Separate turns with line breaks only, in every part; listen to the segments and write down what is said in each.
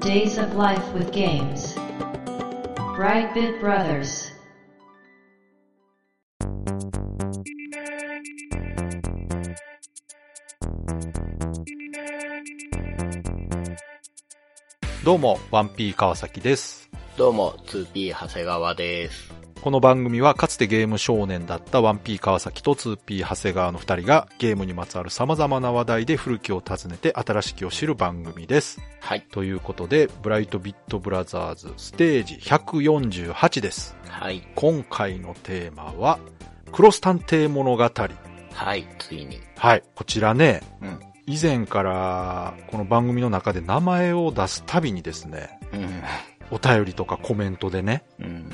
Days of Life with Games. Brightbit Brothers.
どうも、ワンピー川崎です。
どうも、2P 長谷川です。
この番組はかつてゲーム少年だったワンピー川崎と 2P 長谷川の二人がゲームにまつわる様々な話題で古きを訪ねて新しきを知る番組です。
はい。
ということで、ブライトビットブラザーズステージ148です。
はい。
今回のテーマは、クロス探偵物語。
はい、ついに。
はい。こちらね、
うん。
以前からこの番組の中で名前を出すたびにですね、
うん。
お便りとかコメントでね、
うん。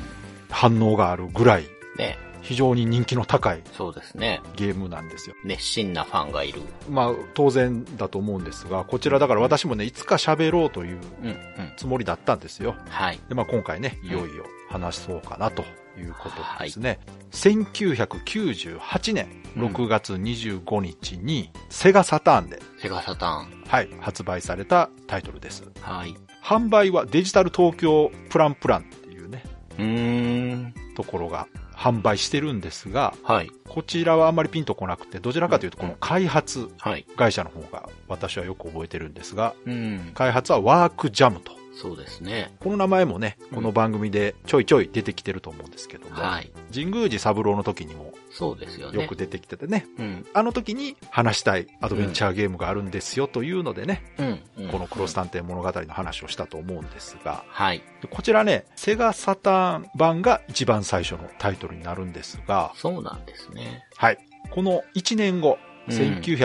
反応があるぐらい
ね、
非常に人気の高い
そうですね。
ゲームなんですよ。
熱心なファンがいる。
まあ当然だと思うんですが、こちらだから私もね、いつか喋ろうという
うん、うん。
つもりだったんですよ。
はい。
で、まあ今回ね、いよいよ話そうかなということですね。1998年6月25日に、セガサターンで、
セガサターン。
はい、発売されたタイトルです。
はい。
販売はデジタル東京プランプランっていうね、
うーん。
ところが販売してるんですが、
はい。
こちらはあんまりピンとこなくて、どちらかというとこの開発
はい。
会社の方が私はよく覚えてるんですが、
うん。
開発はワークジャムと。
そうですね。
この名前もね、
うん
この番組でちょいちょい出てきてると思うんですけども、
はい。
神宮寺三郎の時にも
そうですよね。
よく出てきててね、
うん。
あの時に話したいアドベンチャーゲームがあるんですよというのでね、
うん。うん
このクロス探偵物語の話をしたと思うんですが、
はい。
でこちらね、セガサターン版が一番最初のタイトルになるんですが、
そうなんですね。
はい。この1年後、
うん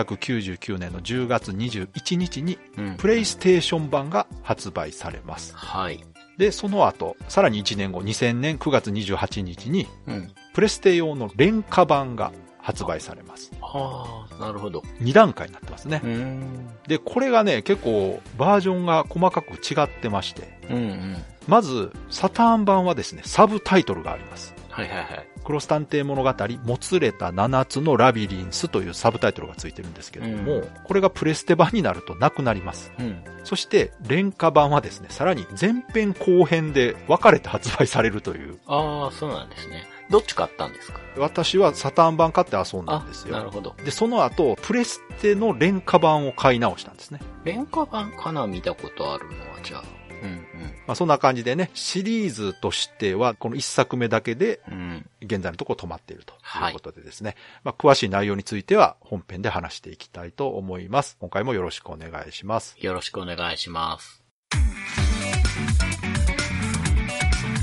1999年の10月21日に
うん
プレイステーション版が発売されます。
はい。
で、その後、さらに1年後、2000年9月28日に、
うん。
プレステ用の廉価版が発売されます。
ああ、なるほど。
2段階になってますね
う。ん。
で、これがね、結構バージョンが細かく違ってまして、
うん、うん。
まず、サターン版はですね、サブタイトルがあります。
はいはいはい。
クロス探偵物語、もつれた7つのラビリンスというサブタイトルがついてるんですけれども、
うん
これがプレステ版になるとなくなります。
うん。
そして、廉価版はですね、さらに前編後編で分かれて発売されるという、
ああ、そうなんですね。どっち買ったんですか
私はサターン版買って遊んだ
あ
んです、
なる
よ。
ほど。
で、その後、プレステの廉価版を買い直したんですね。
廉価版かな見たことあるのは、じゃあ。うん
まあ、そんな感じでね、シリーズとしては、この1作目だけで、
うん。うん。
現在のところ止まっているということでですね。まあ、詳しい内容については本編で話していきたいと思います。今回もよろしくお願いします。
よろしくお願いします。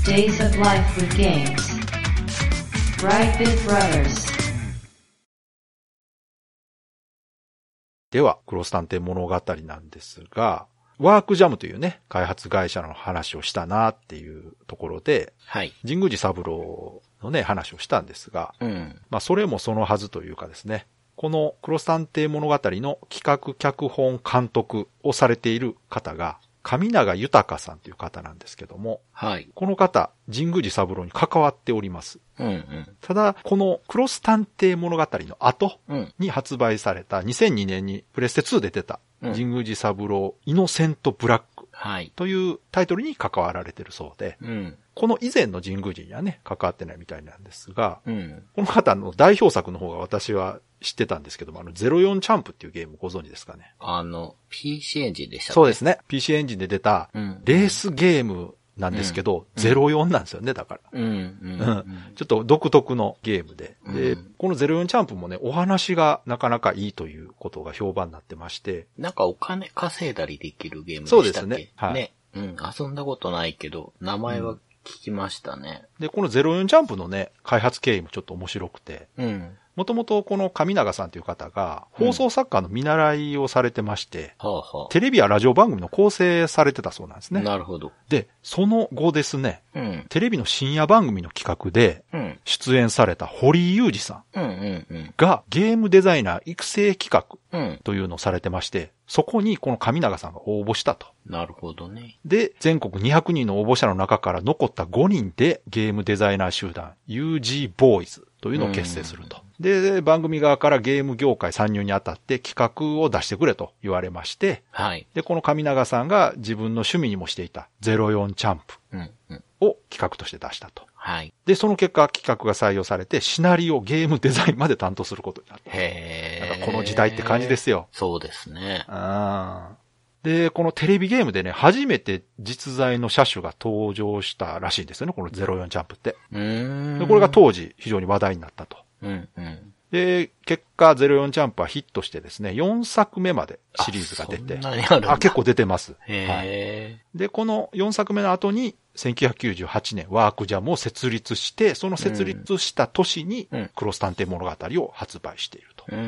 Days of Life with Games. Brightbit Brothers.
では、クロス探偵物語なんですが、ワークジャムというね、開発会社の話をしたなっていうところで、
はい。
神宮寺三郎のね、話をしたんですが、
うん。
まあ、それもそのはずというかですね、このクロス探偵物語の企画脚本監督をされている方が、上永豊さんという方なんですけども、
はい。
この方、神宮寺三郎に関わっております。
うんうん。
ただ、このクロス探偵物語の後
うん。
に発売された2002年にプレステ2で出た、
うん
神宮寺三郎イノセントブラック
はい。
というタイトルに関わられてるそうで、
うん。
この以前の神宮寺にはね、関わってないみたいなんですが、
うん。
この方の代表作の方が私は知ってたんですけども、あの、04チャンプっていうゲームご存知ですかね。
あの、PC エンジンでしたっけ
そうですね。PC エンジンで出た
うん。
レースゲームなんですけど、
うん
04なんですよね、だから。
うん。うん。うん
ちょっと独特のゲームで。で、
うん
この04チャンプもね、お話がなかなかいいということが評判になってまして、
なんかお金稼いだりできるゲームでした
そ
っ
う
け
ですねはい
ね。うん。遊んだことないけど、名前は聞きましたね。
で、この04チャンプのね、開発経緯もちょっと面白くて、
うん。
もともとこの上永さんという方が、
うん
放送作家の見習いをされてまして、
はあは
テレビやラジオ番組の構成されてたそうなんです
あ。
ね。
なるほど。
で、その後ですね、
うん。
テレビの深夜番組の企画で
うん。
出演された堀井裕二さん
うんうんうん。
がゲームデザイナー育成企画
うん。
というのをされてまして、そこにこの上永さんが応募したと。
なるほどね。
で、全国200人の応募者の中から残った5人でゲームデザイナー集団 UG ボーイズというのを結成すると。で、番組側からゲーム業界参入にあたって企画を出してくれと言われまして、
はい。
で、この上永さんが自分の趣味にもしていた04チャンプ
うん、うん。
を企画として出したと。
はい。
で、その結果企画が採用されて、シナリオ、ゲームデザインまで担当することになった。なん
へえ。
かこの時代って感じですよ。
そうですね。
うんで、このテレビゲームでね、初めて実在の車種が登場したらしいんですよね、この04ジャンプって。
うー
で、
ん。
これが当時非常に話題になったと。
うん、うん。
で、結果04ジャンプはヒットしてですね、4作目までシリーズが出て
あ。そんなにあるんだ
あ、結構出てます。はい
へ
で、この4作目の後に、1998年ワークジャムを設立して、その設立した年に
うん、
クロス探偵物語を発売していると。
え。うん、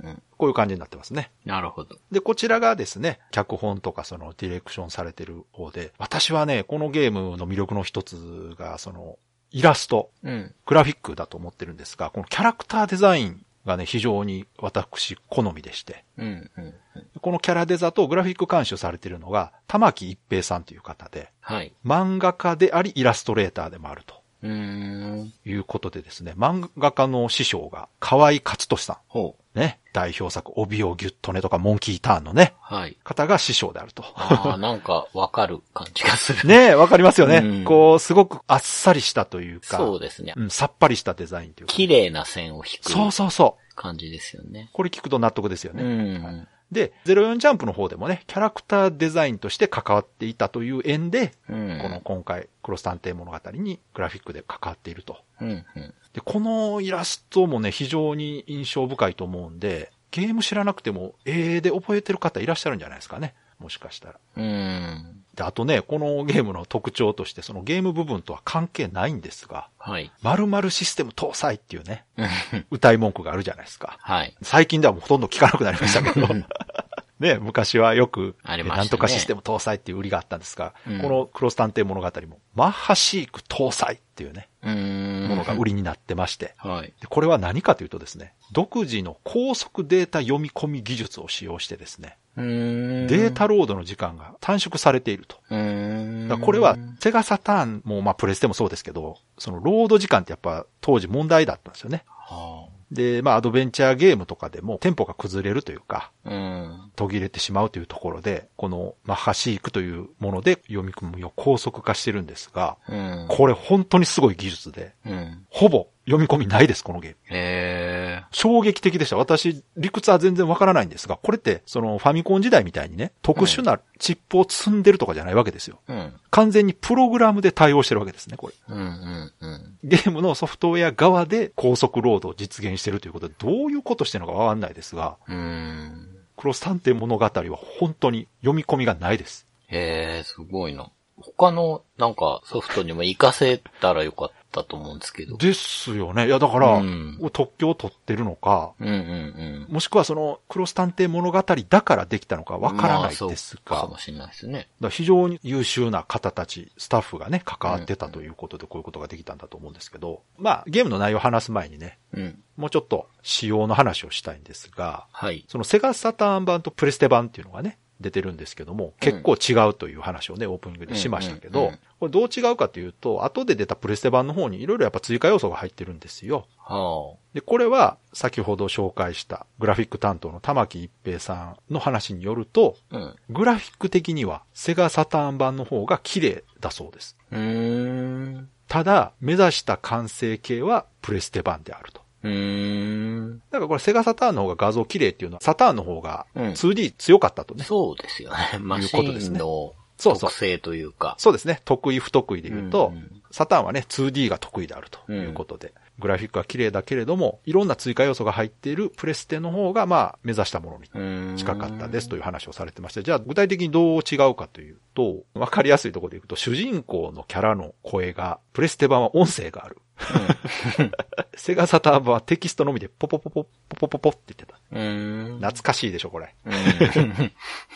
うん。
こういう感じになってますね。
なるほど。
で、こちらがですね、脚本とかそのディレクションされてる方で、私はね、このゲームの魅力の一つが、その、イラスト、
うん。
グラフィックだと思ってるんですが、このキャラクターデザインがね、非常に私好みでして、
うん、うん。
このキャラデザとグラフィック監修されてるのが、玉木一平さんという方で、
はい。
漫画家でありイラストレーターでもあると
うーん。
いうことでですね、漫画家の師匠が河合克俊さ
ほう。
ん。ね。代表作、帯をギュッとねとか、モンキーターンのね、
はい。
方が師匠であると。
ああ、なんかわかる感じがする。
ねえ、わかりますよね。
うん
こう、すごくあっさりしたというか、
そうですね。
うん、さっぱりしたデザインというか。
綺麗な線を引
そう
く
そうそう。
感じですよね。
これ聞くと納得ですよ
う
ね。
ん。
で、04ジャンプの方でもね、キャラクターデザインとして関わっていたという縁で、
うん。
この、今回、クロス探偵物語にグラフィックで関わっていると。
うん、うん。
で、このイラストもね、非常に印象深いと思うんで、ゲーム知らなくても、絵で覚えてる方いらっしゃるんじゃないですかね。もしかしたら。
うん。
で、あとね、このゲームの特徴として、そのゲーム部分とは関係ないんですが、
はい。
〇〇システム搭載っていうね、
うん
歌い文句があるじゃないですか。
はい。
最近ではもうほとんど聞かなくなりましたけど。 ね、昔はよく、
ありましたね
なんとかシステム搭載っていう売りがあったんですが、
うん
このクロス探偵物語も、マッハシーク搭載っていうね、
うん。
ものが売りになってまして、
はい。
でこれは何かというとですね、独自の高速データ読み込み技術を使用してですね、
うん。
データロードの時間が短縮されていると。
うん。
だからこれは、セガサターンも、まあプレステもそうですけど、そのロード時間ってやっぱ当時問題だったんですよね。
は
で、まあアドベンチャーゲームとかでもテンポが崩れるというか、
あうん。
途切れてしまうというところで、このマッハシークというもので読み込みを高速化してるんですが、
うん。
これ本当にすごい技術で、
うん。
ほぼ読み込みないです、このゲーム。
へえ。
衝撃的でした。私、理屈は全然わからないんですが、これって、そのファミコン時代みたいにね、特殊なチップを積んでるとかじゃないわけですよ。
うん。
完全にプログラムで対応してるわけですね、これ。
うん、うん、うん。
ゲームのソフトウェア側で高速ロードを実現してるということで、どういうことしてるのかわかんないですが、
うん。
クロス探偵物語は本当に読み込みがないです。
へえ、すごいな。他の、なんか、ソフトにも活かせたらよかったと思うんですけど。
ですよね。いや、だから、
うん
特許を取ってるのか、
うんうんうん。
もしくはその、クロス探偵物語だからできたのかわからない
まあ
です
そう
が、
かもしれないですね。
だから非常に優秀な方たち、スタッフがね、関わってたということで、こういうことができたんだと思うんですけど、まあ、ゲームの内容を話す前にね、
うん。
もうちょっと仕様の話をしたいんですが、
はい。
そのセガサターン版とプレステ版っていうのがね、出てるんですけども、結構違うという話をね、オープニングでしましたけ
うん
ど
うんうん、
これどう違うかというと、後で出たプレステ版の方にいろいろやっぱ追加要素が入ってるんですよ。
は
で、これは先ほど紹介したグラフィック担当の玉木一平さんの話によると、
あ。うん。
グラフィック的にはセガサターン版の方が綺麗だそうです。
うーん。
ただ、目指した完成形はプレステ版であると。
うーん。
だからこれセガサターンの方が画像綺麗っていうのは、サターンの方が
うん
2D 強かったとね。
そうですよね。マシ
いうことです
ン
ね
の
そうそう
特性というか。
そうですね。得意不得意で言うと、
うんうん
サターンはね、2D が得意であるということで、グラフィックは綺麗だけれども、いろんな追加要素が入っているプレステの方が、まあ、目指したものに
うーん
近かったですという話をされてまして、じゃあ具体的にどう違うかというと、わかりやすいところでいくと、主人公のキャラの声が、プレステ版は音声がある。セガサターン版はテキストのみでポポポポ、ポポポポって言ってた。
うーん。
懐かしいでしょ、これ。
うん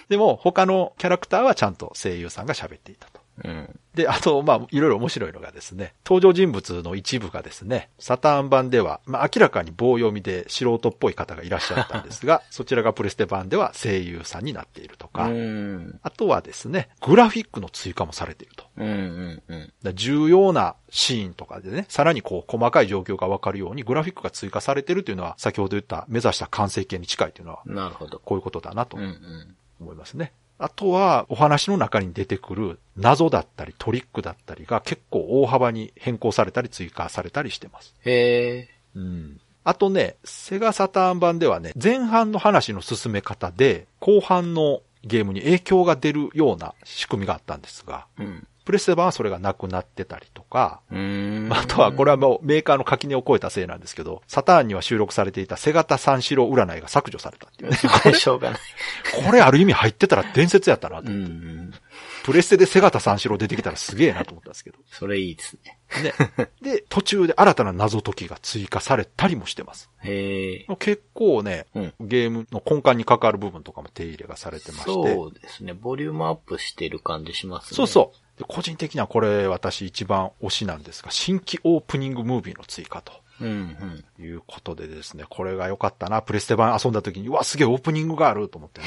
でも、他のキャラクターはちゃんと声優さんが喋っていたと。
うん。
で、あと、まあ、いろいろ面白いのがですね、登場人物の一部がですね、サターン版では、まあ、明らかに棒読みで素人っぽい方がいらっしゃったんです が、そちらがプレステ版では声優さんになっていると
う
か、
ん。
あとはですね、グラフィックの追加もされていると。
うんうんうん。
だから重要なシーンとかでね、さらにこう、細かい状況がわかるようにグラフィックが追加されてるというのは、先ほど言った目指した完成形に近いというのは、
なるほど。
こういうことだなと
うんうん。
思いますね。あとは、お話の中に出てくる謎だったりトリックだったりが結構大幅に変更されたり追加されたりしてます。
へえ。
うん。あとね、セガサターン版ではね、前半の話の進め方で、後半のゲームに影響が出るような仕組みがあったんですが、
うん。
プレステ版はそれがなくなってたりとか、
うーん。
あとは、これはもうメーカーの垣根を越えたせいなんですけど、サターンには収録されていたセガタ三四郎占いが削除されたっていうね。
これしょうがない。
これある意味入ってたら伝説やったなと
うんうん。
プレステでセガタ三四郎出てきたらすげえなと思ったんですけど。
それいいですね。
ね。で、途中で新たな謎解きが追加されたりもしてます。
へえ。
結構ね、
うん。
ゲームの根幹に関わる部分とかも手入れがされてまして。
そうですね。ボリュームアップしてる感じしますね。
そうそうで個人的にはこれ私一番推しなんですが、新規オープニングムービーの追加と。
う。うん
いうことでですね、これが良かったな。プレステ版遊んだ時に、うわ、すげえオープニングがあると思って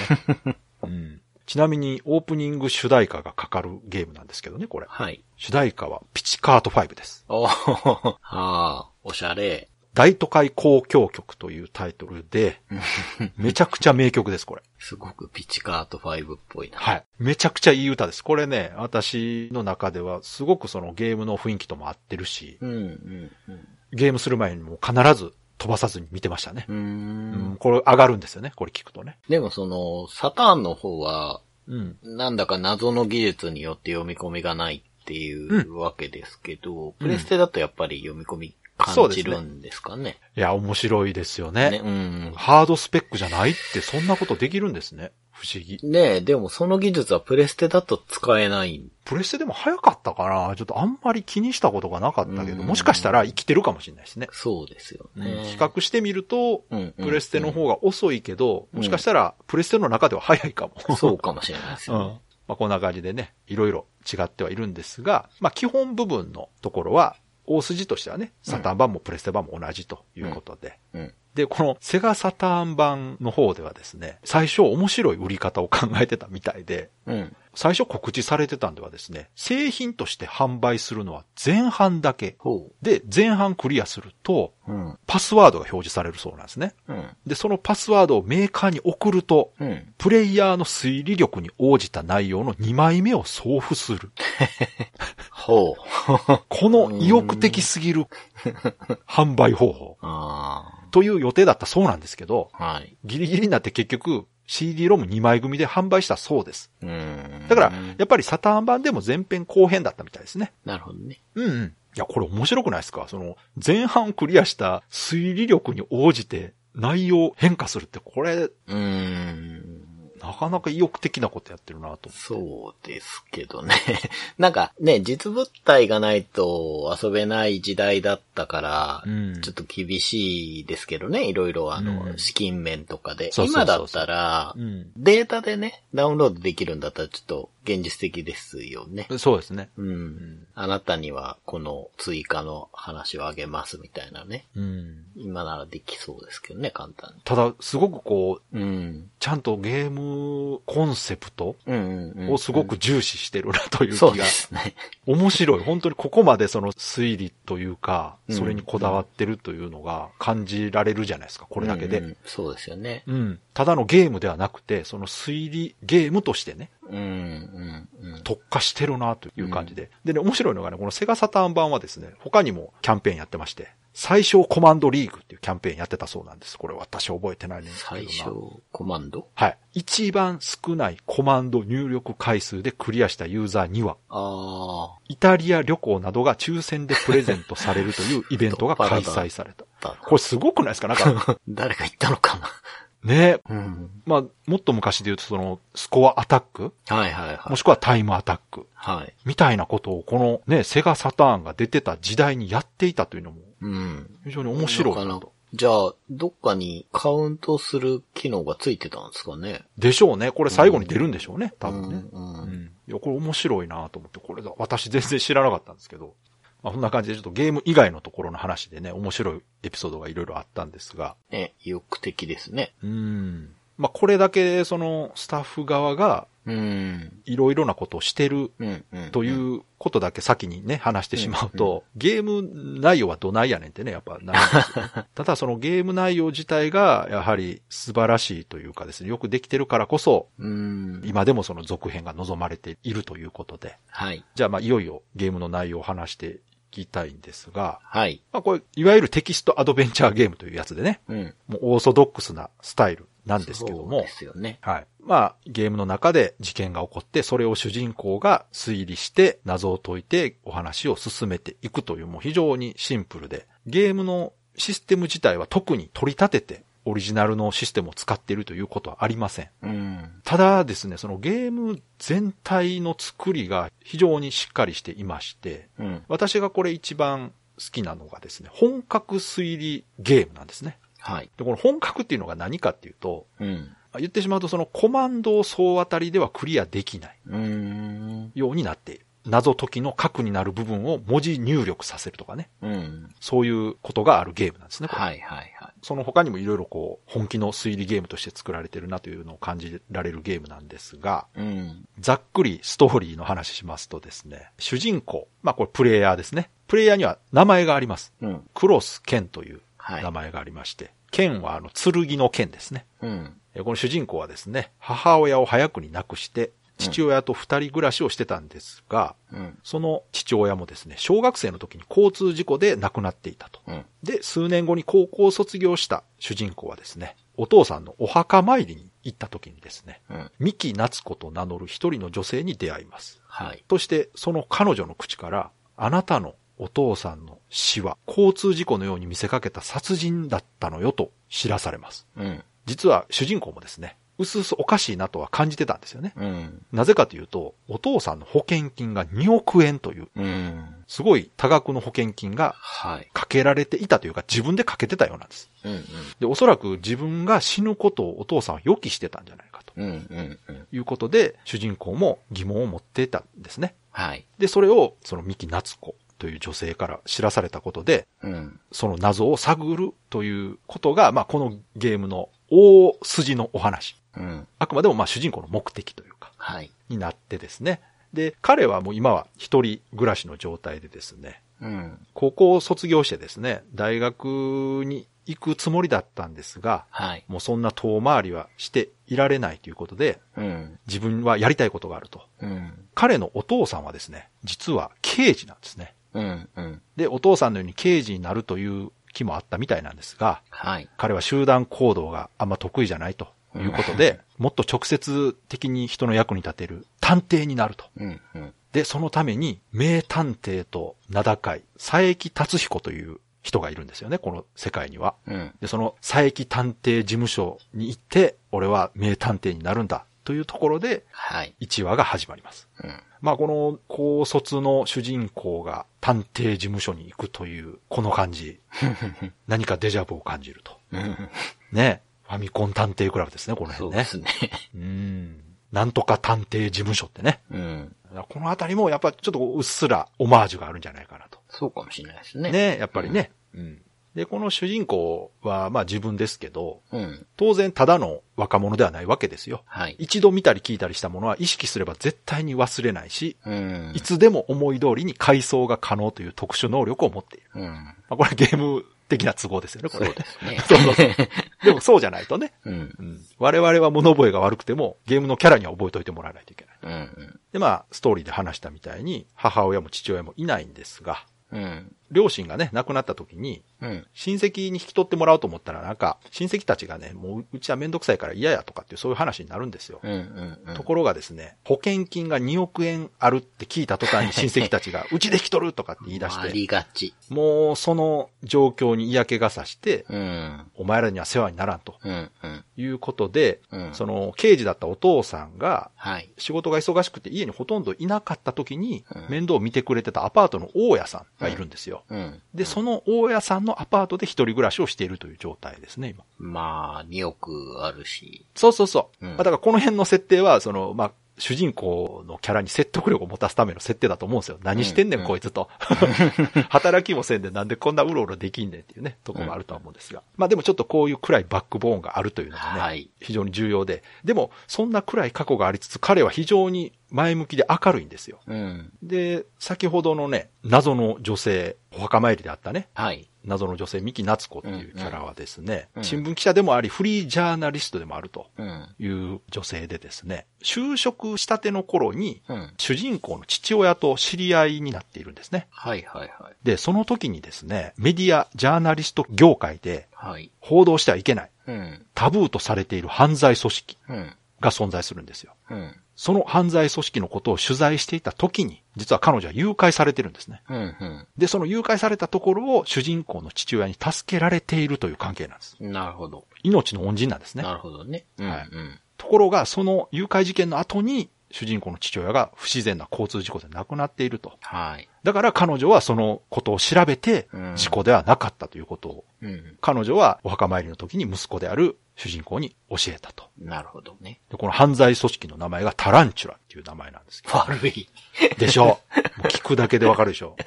ね。 うん、ちなみに、オープニング主題歌がかかるゲームなんですけどね、これ。
はい。
主題歌はピチカート5です。
おー ああ、おしゃれ。
大都会交響曲というタイトルで、めちゃくちゃ名曲です、これ。
すごくピチカート5っぽいな。
はい。めちゃくちゃいい歌です。これね、私の中ではすごくそのゲームの雰囲気とも合ってるし、
うんうんうん。
ゲームする前にも必ず飛ばさずに見てましたね
う。ー
うん、
ん。
これ上がるんですよね、これ聞くとね。
でもその、サターンの方は、
うん。
なんだか謎の技術によって読み込みがないっていうわけですけど、プレステだとやっぱり読み込み感じるんですかね。
いや、面白いですよ
ね
ね。
うん。
ハードスペックじゃないって、そんなことできるんですね。不思議。
ねえ、でもその技術はプレステだと使えない。
プレステでも早かったかなちょっとあんまり気にしたことがなかったけど、
うん
もしかしたら生きてるかもしれないですね。
そうですよね。
比較してみると、
うんうん
プレステの方が遅いけど、もしかしたらプレステの中では早いかも。
そうかもしれないで す
うん。
よね。
まあ、こんな感じでね、いろいろ違ってはいるんですが、まあ、基本部分のところは、大筋としてはね、サターン版もプレステ版も同じということで。
うん。
で、このセガサターン版の方ではですね、最初面白い売り方を考えてたみたいで、
うん。
最初告知されてたんではですね、製品として販売するのは前半だけ。
ほ
で、前半クリアすると、
う。うん。
パスワードが表示されるそうなんですね。
うん。
で、そのパスワードをメーカーに送ると、
うん。
プレイヤーの推理力に応じた内容の2枚目を送付する。
ほう。
この意欲的すぎ る販売方法
あ
という予定だったそうなんですけど、
あ。はい。
ギリギリになって結局 CD-ROM2 枚組で販売したそうです。
うん。
だから、やっぱりサターン版でも前編後編だったみたいですね。
なるほどね。
うんうん。いや、これ面白くないですかその、前半クリアした推理力に応じて内容変化するって、これ、
うーん。
なかなか意欲的なことやってるなと。
そうですけどね。 なんかね、実物体がないと遊べない時代だったから、
うん
ちょっと厳しいですけどね、いろいろあの、
うん
資金面とかで。
そうそうそうそう
今だったら、
うん。
データでね、ダウンロードできるんだったらちょっと現実的ですよね。
そうですね。
うん。あなたにはこの追加の話をあげますみたいなね。
うん。
今ならできそうですけどね、簡単に。
ただ、すごくこう、
うん。
ちゃんとゲームコンセプト
うんうん、うん。
をすごく重視してるなという気
そうで
が。
すね。
面白い。本当にここまでその推理というか、
うん
それにこだわってるというのが感じられるじゃないですか、これだけ
うん
で。
うんそうですよね。
うん。ただのゲームではなくて、その推理ゲームとしてね、
うん、うん、うん。
特化してるなという感じで。でね、面白いのがね、このセガサターン版はですね、他にもキャンペーンやってまして、最小コマンドリーグっていうキャンペーンやってたそうなんです。これ私覚えてないねんですけど
最
な。
小コマンド
はい。一番少ないコマンド入力回数でクリアしたユーザーには、
あ
イタリア旅行などが抽選でプレゼントされるというイベントが開催された。
あ、だな
これすごくないですかなんか、
誰か言ったのか
ね
な。うん。
まあ、もっと昔で言うとその、スコアアタック
はいはいは
も
い。
しくはタイムアタック
はい。
みたいなことをこのね、セガサターンが出てた時代にやっていたというのも
うん。
非常に面白い
な
な
のかな
と。
じゃあ、どっかにカウントする機能がついてたんですかね。
でしょうね。これ最後に出るんでしょうね。多
う
分ね。
ん、う。
うんんいや、これ面白いなと思って、これだ、私全然知らなかったんですけど、まあ、こんな感じでちょっとゲーム以外のところの話でね、面白いエピソードがいろいろあったんですが、
ね、意欲的ですね。
うん。まあ、これだけ、その、スタッフ側が、
うん。
いろいろなことをしてる
うん、うん。
ということだけ先にね、話してしまうと、ゲーム内容はどないやねんってね、やっぱなるんですよ ただそのゲーム内容自体が、やはり素晴らしいというかですね、よくできてるからこそ、
うん。
今でもその続編が望まれているということで、
はい。
じゃあまあいよいよゲームの内容を話していきたいんですが、
はい。
まあこれ、いわゆるテキストアドベンチャーゲームというやつでね、
うん。
もうオーソドックスなスタイルなんですけど
そう
も
で、すよね。
はい。まあ、ゲームの中で事件が起こって、それを主人公が推理して、謎を解いて、お話を進めていくという、もう非常にシンプルで、ゲームのシステム自体は特に取り立てて、オリジナルのシステムを使っているということはありません。
うん。
ただですね、そのゲーム全体の作りが非常にしっかりしていまして、
うん。
私がこれ一番好きなのがですね、本格推理ゲームなんですね。
はい。
で、この本格っていうのが何かっていうと、
うん。
まあ言ってしまうとそのコマンドを総当たりではクリアできない
うん。
ようになっている。謎解きの核になる部分を文字入力させるとかね。
うん。
そういうことがあるゲームなんですね。これ
はいはいは
その他にもいろいろこう、本気の推理ゲームとして作られてるなというのを感じられるゲームなんですが、
い。うん。
ざっくりストーリーの話しますとですね、主人公、まあこれプレイヤーですね。プレイヤーには名前があります。
うん。
クロス・ケンという
はい
名。前がありまして、ケンはあの、剣の剣ですね。
うん。
えーこの主人公はですね、母親を早くに亡くして、父親と二人暮らしをしてたんですが、
うん。
その父親もですね、小学生の時に交通事故で亡くなっていたと。
うん。
で、数年後に高校を卒業した主人公はですね、お父さんのお墓参りに行った時にですね、
うん。
三木夏子と名乗る一人の女性に出会います。
はい。
そして、その彼女の口から、あなたのお父さんの死は交通事故のように見せかけた殺人だったのよと知らされます。
うん。
実は主人公もですね、うすうすおかしいなとは感じてたんですよね。
うん。
なぜかというと、お父さんの保険金が2億円という、
うん。
すごい多額の保険金が
はい。
かけられていたというか、自分でかけてたようなんです。
うん。
で、おそらく自分が死ぬことをお父さんは予期してたんじゃないかと
うん。うん。うん。うん。
いうことで、主人公も疑問を持っていたんですね。
はい。
で、それを、その三木夏子という女性から知らされたことで、
うん。
その謎を探るということが、まあ、このゲームの大筋のお話。
うん。
あくまでもまあ主人公の目的というか、
はい。
になってですね。で、彼はもう今は一人暮らしの状態でですね、
うん。
高校を卒業してですね、大学に行くつもりだったんですが、
はい。
もうそんな遠回りはしていられないということで、
うん。
自分はやりたいことがあると。
うん。
彼のお父さんはですね、実は刑事なんですね。
うん。うん。
で、お父さんのように刑事になるという気もあったみたいなんですが、
はい。
彼は集団行動があんま得意じゃないということで、もっと直接的に人の役に立てる探偵になると。
うん。うん。
で、そのために名探偵と名高い佐伯達彦という人がいるんですよね、この世界には。
うん。
で、その佐伯探偵事務所に行って、俺は名探偵になるんだというところで
はい。
1話が始まります。
うん。
まあこの高卒の主人公が探偵事務所に行くというこの感じ、何かデジャブを感じると。
うん。
ね。ファミコン探偵クラブですね、この
そ
辺
うで
ね。
すね。
うん。なんとか探偵事務所ってね。
うん。
このあたりもやっぱちょっとこううっすらオマージュがあるんじゃないかなと。
そうかもしれないですね。。
ね、やっぱりね。
うん。
で、この主人公はまあ自分ですけど、
うん。
当然ただの若者ではないわけですよ。
はい。
一度見たり聞いたりしたものは意識すれば絶対に忘れないし、
うん
い。つでも思い通りに回想が可能という特殊能力を持っている。
うん。
まあ、これはゲーム的な都合ですよね、こ
そう
れ。
ですね。
そうそうそう。でもそうじゃないとね、
うん。
我々は物覚えが悪くてもゲームのキャラには覚えておいてもらわないといけない。
うん。
で、まあ、ストーリーで話したみたいに、母親も父親もいないんですが、
うん。
両親がね、亡くなった時に、
うん。
親戚に引き取ってもらおうと思ったら、なんか、親戚たちがね、もううちはめんどくさいから嫌やとかっていうそういう話になるんですよ。
うん。うん。
ところがですね、保険金が2億円あるって聞いた途端に親戚たち が、うちで引き取るとかって言い出し
あ
て、
りがち。
もうその状況に嫌気がさして、
うん。
お前らには世話にならんと
うん。うん。
いうことで、
うん。
その刑事だったお父さんが、
はい。
仕事が忙しくて家にほとんどいなかった時に
うん
面倒を見てくれてたアパートの大家さんがいるんですよ。
うん。
で、その大家さんのアパートで一人暮らしをしているという状態ですね、今。
まあ、2億あるし。
そうそうそう。
うん
まあだからこの辺の設定は、その、まあ、主人公のキャラに説得力を持たすための設定だと思うんですよ。何してんねん、
うん
こいつ と。働きもせんでなんでこんなうろうろできんねんっていうね、とこもあるとは思うんですが。まあでもちょっとこういう暗いバックボーンがあるというのがね、
はい
非常に重要で。でも、そんな暗い過去がありつつ、彼は非常に前向きで明るいんですよ。
うん。
で、先ほどのね、謎の女性、お墓参りであったね、
はい。
謎の女性、三木夏子っていうキャラはですね、
うんうん
新聞記者でもあり、フリージャーナリストでもあると
うん。
いう女性でですね、就職したての頃に、
うん。
主人公の父親と知り合いになっているんですね。
はいはいはい。
で、その時にですね、メディア、ジャーナリスト業界で
はい。
報道してはいけない、
うん。
タブーとされている犯罪組織
うん。
が存在するんですよ。
うん。
その犯罪組織のことを取材していた時に、実は彼女は誘拐されてるんですね。
うん。
で、その誘拐されたところを主人公の父親に助けられているという関係なんです。
うん。なるほど。
命の恩人なんですね。
なるほどね。うん。
はい
うん。
ところが、その誘拐事件の後に、主人公の父親が不自然な交通事故で亡くなっていると。
はい。
だから彼女はそのことを調べて
う、ん
事故ではなかったということを、
うん。
彼女はお墓参りの時に息子である主人公に教えたと。
なるほどね。
でこの犯罪組織の名前がタランチュラっていう名前なんですけど。
悪い。
でしょもう聞くだけでわかるでしょ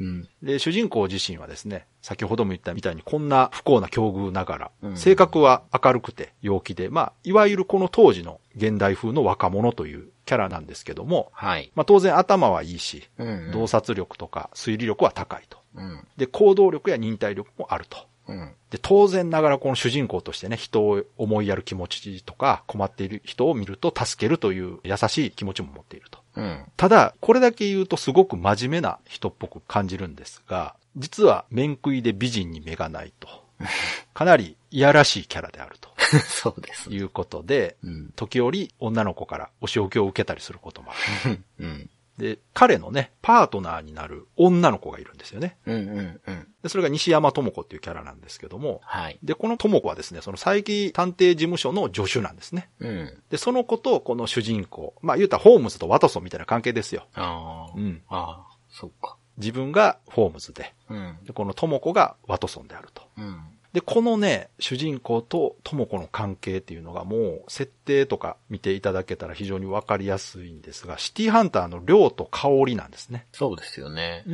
うん。
で、主人公自身はですね、先ほども言ったみたいにこんな不幸な境遇ながら、
うん
性格は明るくて陽気で、まあ、いわゆるこの当時の現代風の若者というキャラなんですけども、
はい。
まあ当然頭はいいし、
うん
洞察力とか推理力は高いと。
うん。
で、行動力や忍耐力もあると。
うん。
で、当然ながらこの主人公としてね、人を思いやる気持ちとか、困っている人を見ると助けるという優しい気持ちも持っていると。
うん。
ただ、これだけ言うとすごく真面目な人っぽく感じるんですが、実は面食いで美人に目がないと。かなりいやらしいキャラであると
そうですね。
いうことで、
うん。
時折女の子からお仕置きを受けたりすることもある。
うん。
で、彼のね、パートナーになる女の子がいるんですよね。
うん。うん。うん。
でそれが西山智子っていうキャラなんですけども、
はい。
で、この智子はですね、その佐伯探偵事務所の助手なんですね。
うん。
で、その子とこの主人公、まあ言うたらホームズとワトソンみたいな関係ですよ。
ああ。
うん。
ああ、そっか。
自分がホームズで、
うん。
でこのトモコがワトソンであると。
うん。
で、このね、主人公とトモコの関係っていうのがもう設定とか見ていただけたら非常にわかりやすいんですが、シティハンターの量と香りなんですね。
そうですよね。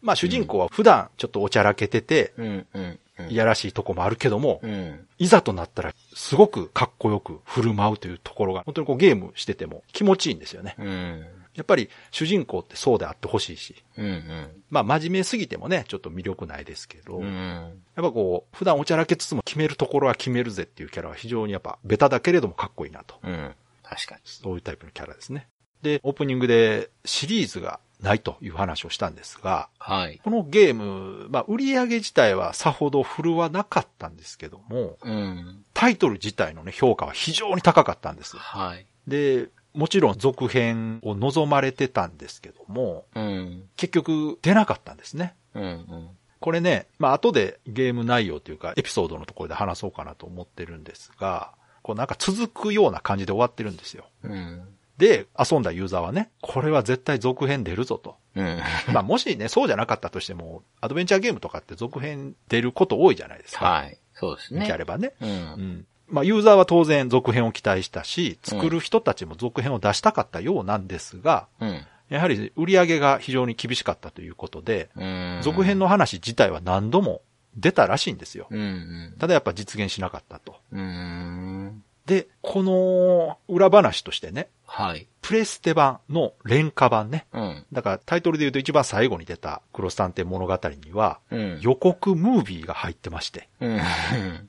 まあ主人公は普段ちょっとおちゃらけてて、
うん。うん。うん
い。やらしいとこもあるけども
う、ん。
いざとなったらすごくかっこよく振る舞うというところが、本当にこうゲームしてても気持ちいいんですよね。
うん。
やっぱり主人公ってそうであってほしいし、
うん。うん。
まあ真面目すぎてもね、ちょっと魅力ないですけど、
うん。
やっぱこう、普段おちゃらけつつも決めるところは決めるぜっていうキャラは非常にやっぱベタだけれどもかっこいいなと。
うん。確かに。
そういうタイプのキャラですね。で、オープニングでシリーズがないという話をしたんですが、
はい。
このゲーム、まあ売り上げ自体はさほど振るわなかったんですけども、
うん。
タイトル自体のね、評価は非常に高かったんです。
はい。
で、もちろん続編を望まれてたんですけども、
うん。
結局出なかったんですね。
うん。うん。
これね、まあ後でゲーム内容というかエピソードのところで話そうかなと思ってるんですが、こうなんか続くような感じで終わってるんですよ。
うん。
で、遊んだユーザーはね、これは絶対続編出るぞと。
うん。
まあもしね、そうじゃなかったとしても、アドベンチャーゲームとかって続編出ること多いじゃないですか。
はい。そうです
見てあ
ね。
ればね。
う。
うんん。まあユーザーは当然続編を期待したし、作る人たちも続編を出したかったようなんですが、
うん。
やはり売り上げが非常に厳しかったということで、
うん。
続編
の。
の話自体は何度も出たらしいんですよ。
うん。
ただやっぱ実現しなかったと。
うん。
で、この裏話としてね、
はい。
プレステ版の廉価版ね。
うん。
だからタイトルで言うと一番最後に出たクロス探偵物語には
うん。
予告ムービーが入ってまして、
うん。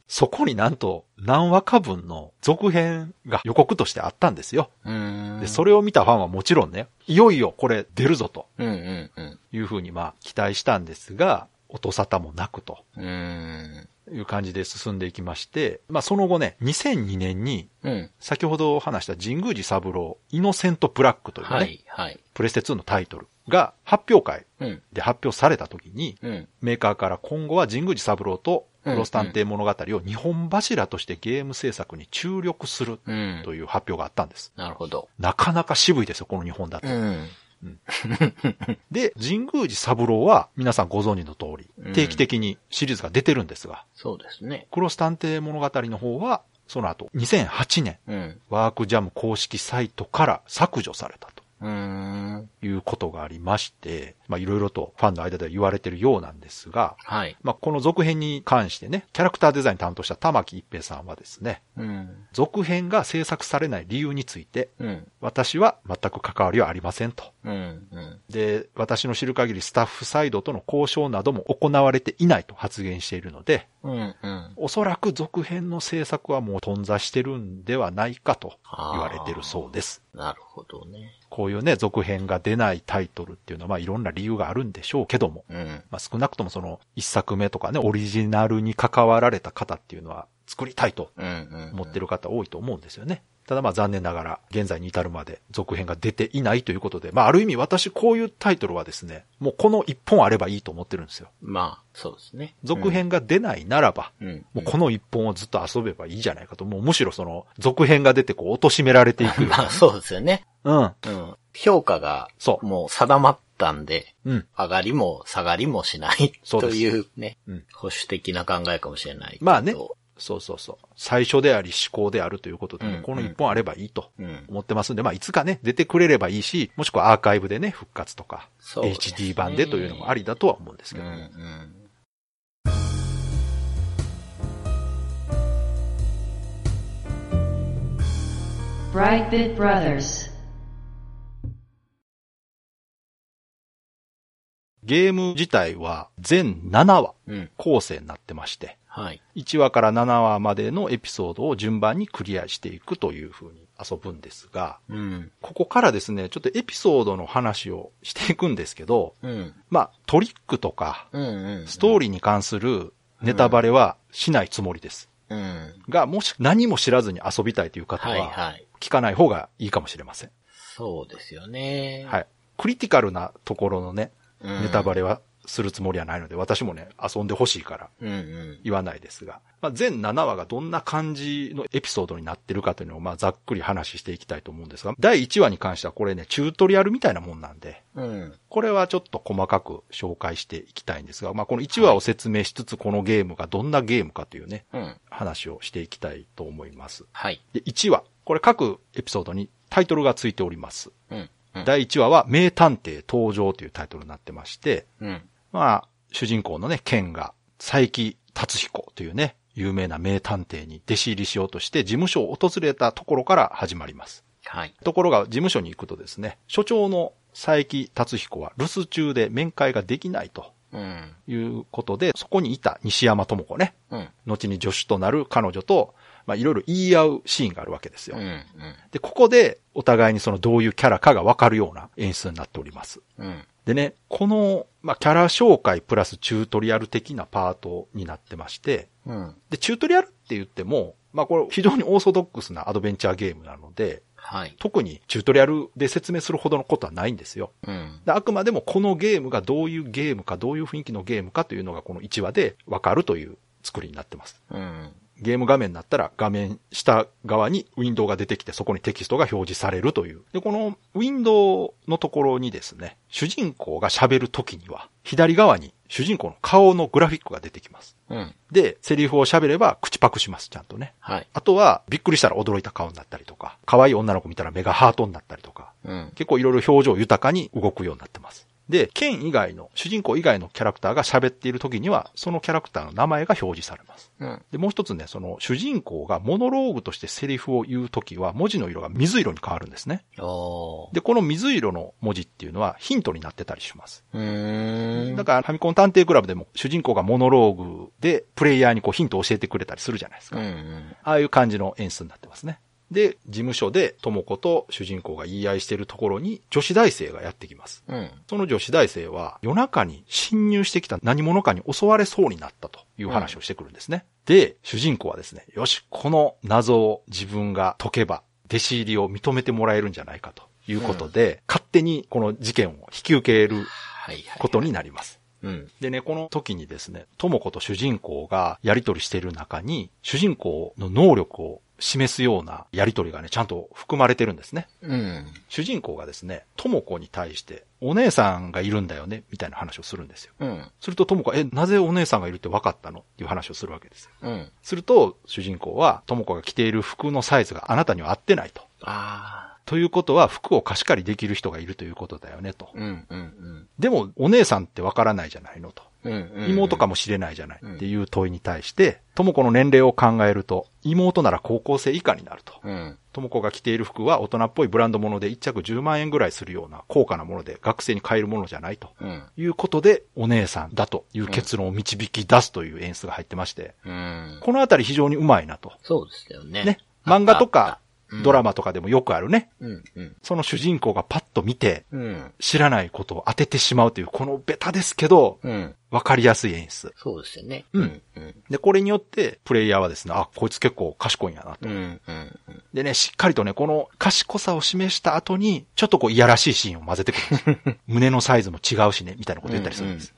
そこになんと何話か分の続編が予告としてあったんですよ。
うん。
で、それを見たファンはもちろんね、いよいよこれ出るぞと
うん。うん。
いうふうにまあ期待したんですが、音沙汰もなくと
うん。うん。
いう感じで進んでいきまして、まあその後ね、2002年に
うん。
先ほど話した神宮寺三郎、イノセント・ブラックというね、
はい。はい。
プレステ2のタイトルが発表会
うん。
で発表された時に、
うん。
メーカーから今後は神宮寺三郎とクロス探偵物語を日本柱としてゲーム制作に注力する
うん。
という発表があったんです。
なるほど。
なかなか渋いですよ、この日本だと。
うん。
で、神宮寺三郎は皆さんご存知の通り
うん、
定期的にシリーズが出てるんですが、
そうですね。
クロス探偵物語の方は、その後、2008年、
うん。
ワークジャム公式サイトから削除されたと
うーん。
いうことがありまして、まあいろいろとファンの間では言われてるようなんですが、
はい。
まあこの続編に関してね、キャラクターデザイン担当した玉木一平さんはですね、
うん。
続編が制作されない理由について、
うん。
私は全く関わりはありませんと。
うん。うん。
で、私の知る限りスタッフサイドとの交渉なども行われていないと発言しているので、
うん。うん。
おそらく続編の制作はもう頓挫してるんではないかと言われてるそうです。
なるほどね。
こういうね、続編が出ないタイトルっていうのは、まあいろんな理由があるんでしょうけども、
うん。
まあ少なくともその一作目とかね、オリジナルに関わられた方っていうのは作りたいと
うん。うん。
思ってる方多いと思うんですよね。ただまあ残念ながら現在に至るまで続編が出ていないということで、まあある意味私こういうタイトルはですね、もうこの一本あればいいと思ってるんですよ。
まあ、そうですね。
続編が出ないならば、
うん。うん。
もうこの一本をずっと遊べばいいじゃないかと、もうむしろその続編が出てこう貶められていくような
まあ、そうですよね。
うん、
うん。評価が、
そう
もう定まったんで、
うん。
上がりも下がりもしない
そうで
と
す
いうね、
うん
保守的な考えかもしれないけど。
まあねそうそうそう。最初であり思考であるということで、
うん
この一本あればいいと
うん。
思ってますんで、まあいつかね、出てくれればいいし、もしくはアーカイブでね、復活とか、
そうですね
HD 版でというのもありだとは思うんです
う
け
ん
ど
う
も、
ん。
Brightbit Brothers.
ゲーム自体は全7話
うん。
構成になってまして、
はい。
1話から7話までのエピソードを順番にクリアしていくという風に遊ぶんですが、
うん。
ここからですね、ちょっとエピソードの話をしていくんですけど、
うん。
まあトリックとか
うん。うん。
ストーリーに関するネタバレはしないつもりです。
うん。は
が、もし何も知らずに遊びたいという方
い
は、
はい。
聞かない方がいいかもしれません。
そうですよね。
はい。クリティカルなところのね、
うん
ネタバレはするつもりはないので、私もね、遊んでほしいから
うんうん。
言わないですが、まあ、全7話がどんな感じのエピソードになってるかというのを、まあ、ざっくり話していきたいと思うんですが、第1話に関してはこれね、チュートリアルみたいなもんなんで、
うん。
これはちょっと細かく紹介していきたいんですが、まあ、この1話を説明しつつ、このゲームがどんなゲームかというね、
うん。
話をしていきたいと思います。
はい。
で、1話。これ各エピソードにタイトルがついております。
うん。うん。
第1話は、名探偵登場というタイトルになってまして、
うん。
まあ、主人公のね、ケンが、佐伯達彦というね、有名な名探偵に弟子入りしようとして事務所を訪れたところから始まります。
はい。
ところが事務所に行くとですね、所長の佐伯達彦は留守中で面会ができないと
うん。
いうことで、そこにいた西山智子ね、
うん。
後に助手となる彼女と、まあいろいろ言い合うシーンがあるわけです
う
よ。
ん。
で、ここでお互いにそのどういうキャラかがわかるような演出になっております。
うん。うん。
でね、この、まあ、キャラ紹介プラスチュートリアル的なパートになってまして、
うん。
で、チュートリアルって言っても、まあ、これ非常にオーソドックスなアドベンチャーゲームなので、
はい。
特にチュートリアルで説明するほどのことはないんですよ。
うん。
であくまでもこのゲームがどういうゲームか、どういう雰囲気のゲームかというのがこの1話でわかるという作りになってます。
うん。
ゲーム画面になったら画面下側にウィンドウが出てきてそこにテキストが表示されるという。で、このウィンドウのところにですね、主人公が喋るときには左側に主人公の顔のグラフィックが出てきます。
うん。
で、セリフを喋れば口パクします、ちゃんとね。
はい。
あとはびっくりしたら驚いた顔になったりとか、可愛い女の子見たら目がハートになったりとか、
うん。
結構いろいろ表情豊かに動くようになってます。で、剣以外の、主人公以外のキャラクターが喋っているときには、そのキャラクターの名前が表示されます。
うん。
で、もう一つね、その主人公がモノローグとしてセリフを言うときは文字の色が水色に変わるんですね。
おー。
で、この水色の文字っていうのはヒントになってたりします。
うーん。
だからファミコン探偵クラブでも主人公がモノローグでプレイヤーにこうヒントを教えてくれたりするじゃないですか。
う
あ
ん。
あいう感じの演出になってますね。で、事務所で智子と主人公が言い合いしているところに女子大生がやってきます。
うん。
その女子大生は夜中に侵入してきた何者かに襲われそうになったという話をしてくるんですね。で、主人公はですね、よし、この謎を自分が解けば弟子入りを認めてもらえるんじゃないかということで、勝手にこの事件を引き受ける
はいはい。
ことになります。
うん。
でね、この時にですね、ともこと主人公がやりとりしている中に、主人公の能力を示すようなやりとりがね、ちゃんと含まれてるんですね。
うん。
主人公がですね、ともこに対して、お姉さんがいるんだよね、みたいな話をするんですよ。
うん。
するとともこは、え、なぜお姉さんがいるって分かったのっていう話をするわけですよ。
うん。
すると、主人公は、ともこが着ている服のサイズがあなたには合ってないと。
あ
ということは、服を貸し借りできる人がいるということだよね、と
あ。。うん、うん、
でも、お姉さんって分からないじゃないの、と。
うん。うん、
妹か
も。
もしれないじゃないっていう問いに対して、ともこの年齢を考えると、妹なら高校生以下になると。
うん。
ともこが着ている服は大人っぽいブランドもので1着10万円ぐらいするような高価なもので学生に買えるものじゃないと。
うん。
いうことで、お姉さんだという結論を導き出すという演出が入ってまして、
うん。
このあたり非常にうまいなと。
そうですよね。
ね。漫画とか
あったうん
ドラマとかでもよくあるね。
うん、うん。
その主人公がパッと見て、
うん。
知らないことを当ててしまうという、このベタですけど、
うん。
わかりやすい演出。
そうですよね。
うん。
うん。
で、これによって、プレイヤーはですね、あ、こいつ結構賢いんやなと。
うん。うん。うん
でね、しっかりとね、この賢さを示した後に、ちょっとこう、いやらしいシーンを混ぜてくるん ですよ胸のサイズも違うしね、みたいなこと言ったりするんです。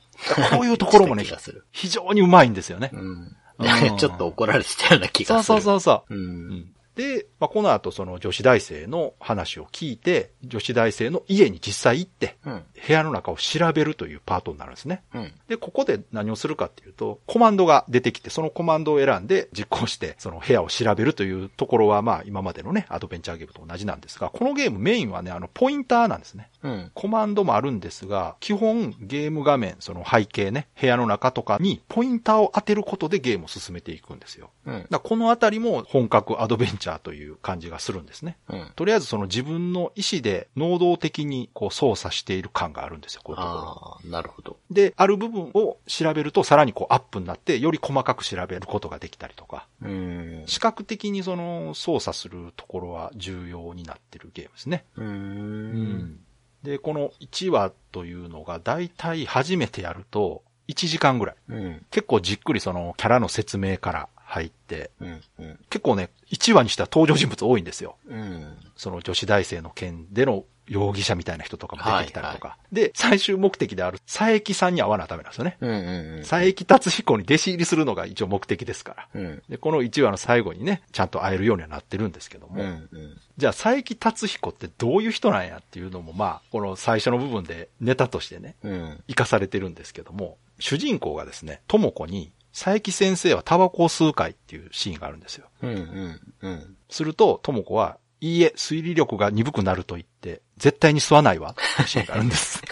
こういうとこ ろもね
気がする、
非常にうまいんですよね。
うん
う。ん
ちょっと怒られてたような気
そ
が
う
する。
そうそうそう。
う。
うんんで、まあ、この後その女子大生の話を聞いて、女子大生の家に実際行って、
うん。
部屋の中を調べるというパートになるんですね。
うん。
で、ここで何をするかっていうと、コマンドが出てきて、そのコマンドを選んで実行して、その部屋を調べるというところは、まあ今までのね、アドベンチャーゲームと同じなんですが、このゲームメインはね、あの、ポインターなんですね。
うん。
コマンドもあるんですが、基本ゲーム画面、その背景ね、部屋の中とかにポインターを当てることでゲームを進めていくんですよ。
うん。
だからこのあたりも本格アドベンチャーという感じがするんですね。
うん。
とりあえずその自分の意思で能動的にこう操作している感があるんですよ、こういうところ。
ああ、なるほど。
で、ある部分を調べるとさらにこうアップになって、より細かく調べることができたりとか、
うん。
視覚的にその操作するところは重要になってるゲームですね。
う。
うんで、この1話というのが大体初めてやると1時間ぐらい。
うん。
結構じっくりそのキャラの説明から入って、
うん。うん。
結構ね、1話にしては登場人物多いんですよ。
うん。
その女子大生の件での容疑者みたいな人とかも出てきたりとか。
は
で、最終目的である佐伯さんに会わなダメなんですよね。
うん。うん。
佐伯達彦に弟子入りするのが一応目的ですから。
うん。
で、この1話の最後にね、ちゃんと会えるようにはなってるんですけども、
うん。うん。
じゃあ佐伯達彦ってどういう人なんやっていうのも、まあ、この最初の部分でネタとしてね、
うん。
生かされてるんですけども、主人公がですね、とも子に、佐伯先生はタバコを吸うかいっていうシーンがあるんですよ。
うん。うん。
すると、ともこは、いいえ、推理力が鈍くなると言って、絶対に吸わないわ、っていうシーンがあるんです。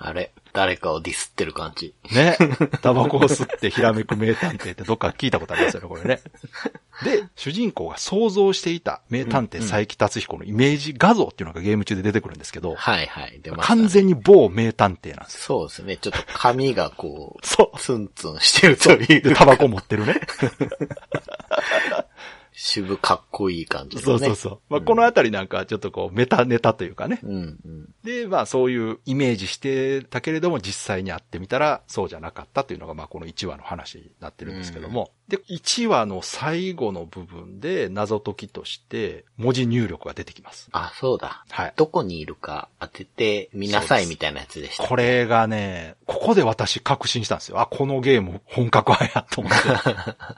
あれ、誰かをディスってる感じ。
ね。タバコを吸ってひらめく名探偵ってどっか聞いたことありますよね、これね。で、主人公が想像していた名探偵佐伯達彦のイメージ画像っていうのがゲーム中で出てくるんですけど、
はいはい。出ましたね
完全に某名探偵なんですよ。
そうですね。ちょっと髪がこう、
そ
ツンツンしてるという
う。で、タバコ持ってるね。
渋かっこいい感じです
そ
ね。
うそうそう。まあ、このあたりなんかはちょっとこう、メタネタというかね。
うん。うん。
で、まあそういうイメージしてたけれども実際に会ってみたらそうじゃなかったというのがまあこの1話の話になってるんですけども。で、1話の最後の部分で謎解きとして文字入力が出てきます。
あ、そうだ。
はい。
どこにいるか当ててみなさいみたいなやつでした。
これがね、ここで私確信したんですよ。あ、このゲーム本格派やと 思って。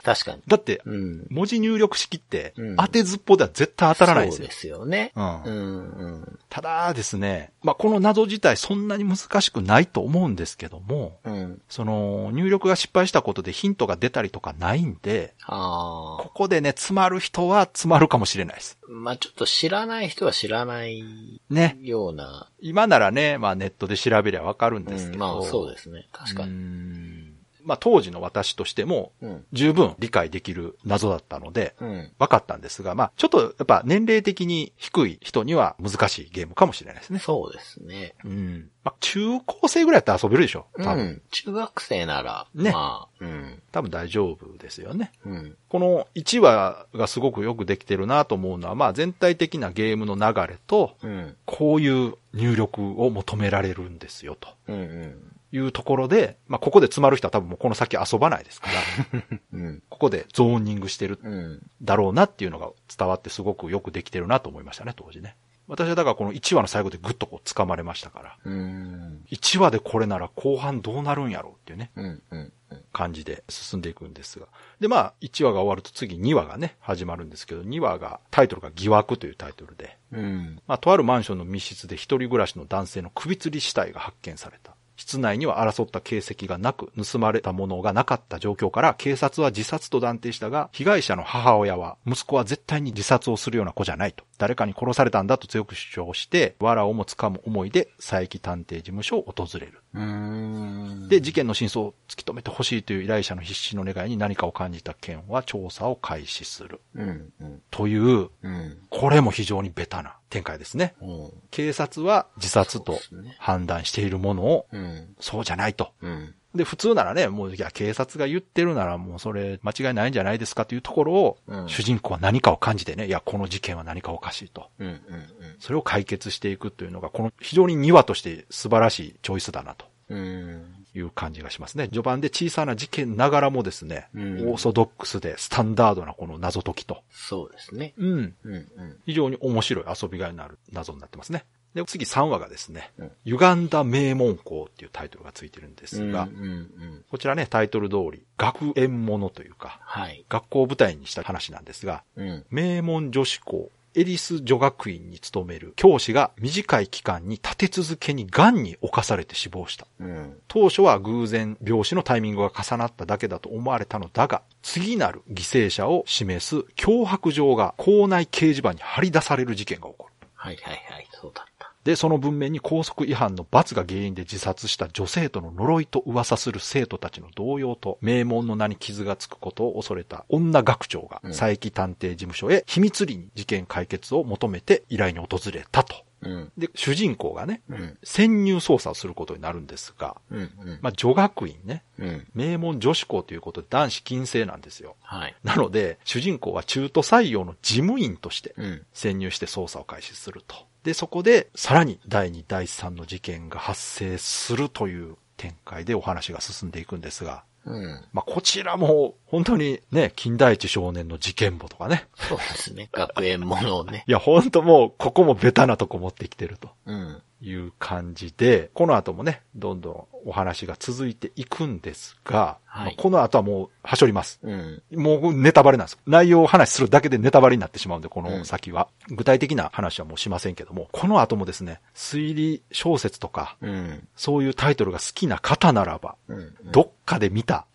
確かに。
だって、
うん。
文字入力式って
うん
当てずっぽでは絶対当たらないんです
そう
よ
で。すよね。
うん
うん。うん。
ただですね、まあこの謎自体そんなに難しくないと思うんですけども、
うん。
その、入力が失敗したことでヒントが出たりとかないんで、
ああ。
ここでね、詰まる人は詰まるかもしれないです。
まあちょっと知らない人は知らない
ね。
ような、
今ならね、まあネットで調べりゃわかるん
う
ですけど。。
ん、まあそうですすね。確かに。
に。まあ当時の私としても、
うん。
十分理解できる謎だったので、
うん。
わかったんですが、まあちょっとやっぱ年齢的に低い人には難しいゲームかもしれないですね。
そうですね。
うん。まあ中高生ぐらいやったら遊べるでしょ
う
多分。
ん。中学生なら、
ね
まあ、うん。
多分大丈夫ですよね。
うん。
この1話がすごくよくできてるなと思うのは、まあ全体的なゲームの流れと、
うん。
こういう入力を求められるんですよ、と
うん。うん。
いうところで、まあここで詰まる人は多分もうこの先遊ばないですから、
うん。
ここでゾーニングしてる
うん。
だろうなっていうのが伝わってすごくよくできてるなと思いましたね、当時ね。私はだからこの1話の最後でぐっとこう掴まれましたから、
うん。
1話でこれなら後半どうなるんやろうっていうね。
うん。うん。
感じで進んでいくんですが。で、まあ、1話が終わると次2話がね、始まるんですけど、2話が、タイトルが疑惑というタイトルで、
うん。
まあ、とあるマンションの密室で一人暮らしの男性の首吊り死体が発見された。室内には争った形跡がなく、盗まれたものがなかった状況から、警察は自殺と断定したが、被害者の母親は、息子は絶対に自殺をするような子じゃないと。誰かに殺されたんだと強く主張して、藁をもつかむ思いで、佐伯探偵事務所を訪れる。
うん。
で、事件の真相を突き止めてほしいという依頼者の必死の願いに何かを感じた県は調査を開始する。
うん、うん、
という、
うん。
これも非常にベタな展開ですね。
うん。
警察は自殺と
そうですね
判断しているものを、
うん。
そうじゃないと。
うん。
で、普通ならね、もう、いや、警察が言ってるならもうそれ間違いないんじゃないですかというところを、
うん
主人公は何かを感じてね、いや、この事件は何かおかしいと。
うん。うん。
それを解決していくというのが、この非常に2話として素晴らしいチョイスだなと。
うん。
いう感じがしますね。序盤で小さな事件ながらもですね、
うん
オーソドックスでスタンダードなこの謎解きと、
そうですね。
うん、
うん、うん。
非常に面白い遊びがいのある謎になってますね。で、次3話がですね、
うん
歪んだ名門校っていうタイトルがついてるんで
う
す
ん、う
が、
ん。
こちらね、タイトル通り、学園ものというか、
はい。
学校を舞台にした話なんですが、
うん。
名門女子校、エリス女学院に勤める教師が短い期間に立て続けに癌に侵されて死亡した。
うん。
当初は偶然病死のタイミングが重なっただけだと思われたのだが、次なる犠牲者を示す脅迫状が校内掲示板に貼り出される事件が起こる。
はい、はい、はい。そうだった。
で、その文面に校則違反の罰が原因で自殺した女生徒の呪いと噂する生徒たちの動揺と名門の名に傷がつくことを恐れた女学長が
うん
佐伯探偵事務所へ秘密裏に事件解決を求めて依頼に訪れたと。
うん。
で、主人公がね、
うん。
潜入捜査をすることになるんですが、
うん、うん。
まあ、女学院ね、
うん。
名門女子校ということで男子禁制なんですよ。
はい。
なので、主人公は中途採用の事務員として
うん。
潜入して捜査を開始すると。で、そこで、さらに第2、第3の事件が発生するという展開でお話が進んでいくんですが、
うん。
まあ、こちらも、本当にね、近代一少年の事件簿とかね。
そうですね。学園ものをね。
いや、本当もう、ここもベタなとこ持ってきてると
うん。
いう感じで、この後もね、どんどんお話が続いていくんですが、
はい
まあこの後はもう、はしょります。
うん。
もうネタバレなんです。内容を話しするだけでネタバレになってしまうんで、こ
う
の
ん
先は。具体的な話はもうしませんけども、この後もですね、推理小説とか、
うん。
そういうタイトルが好きな方ならば、
うん。
どっかで見た、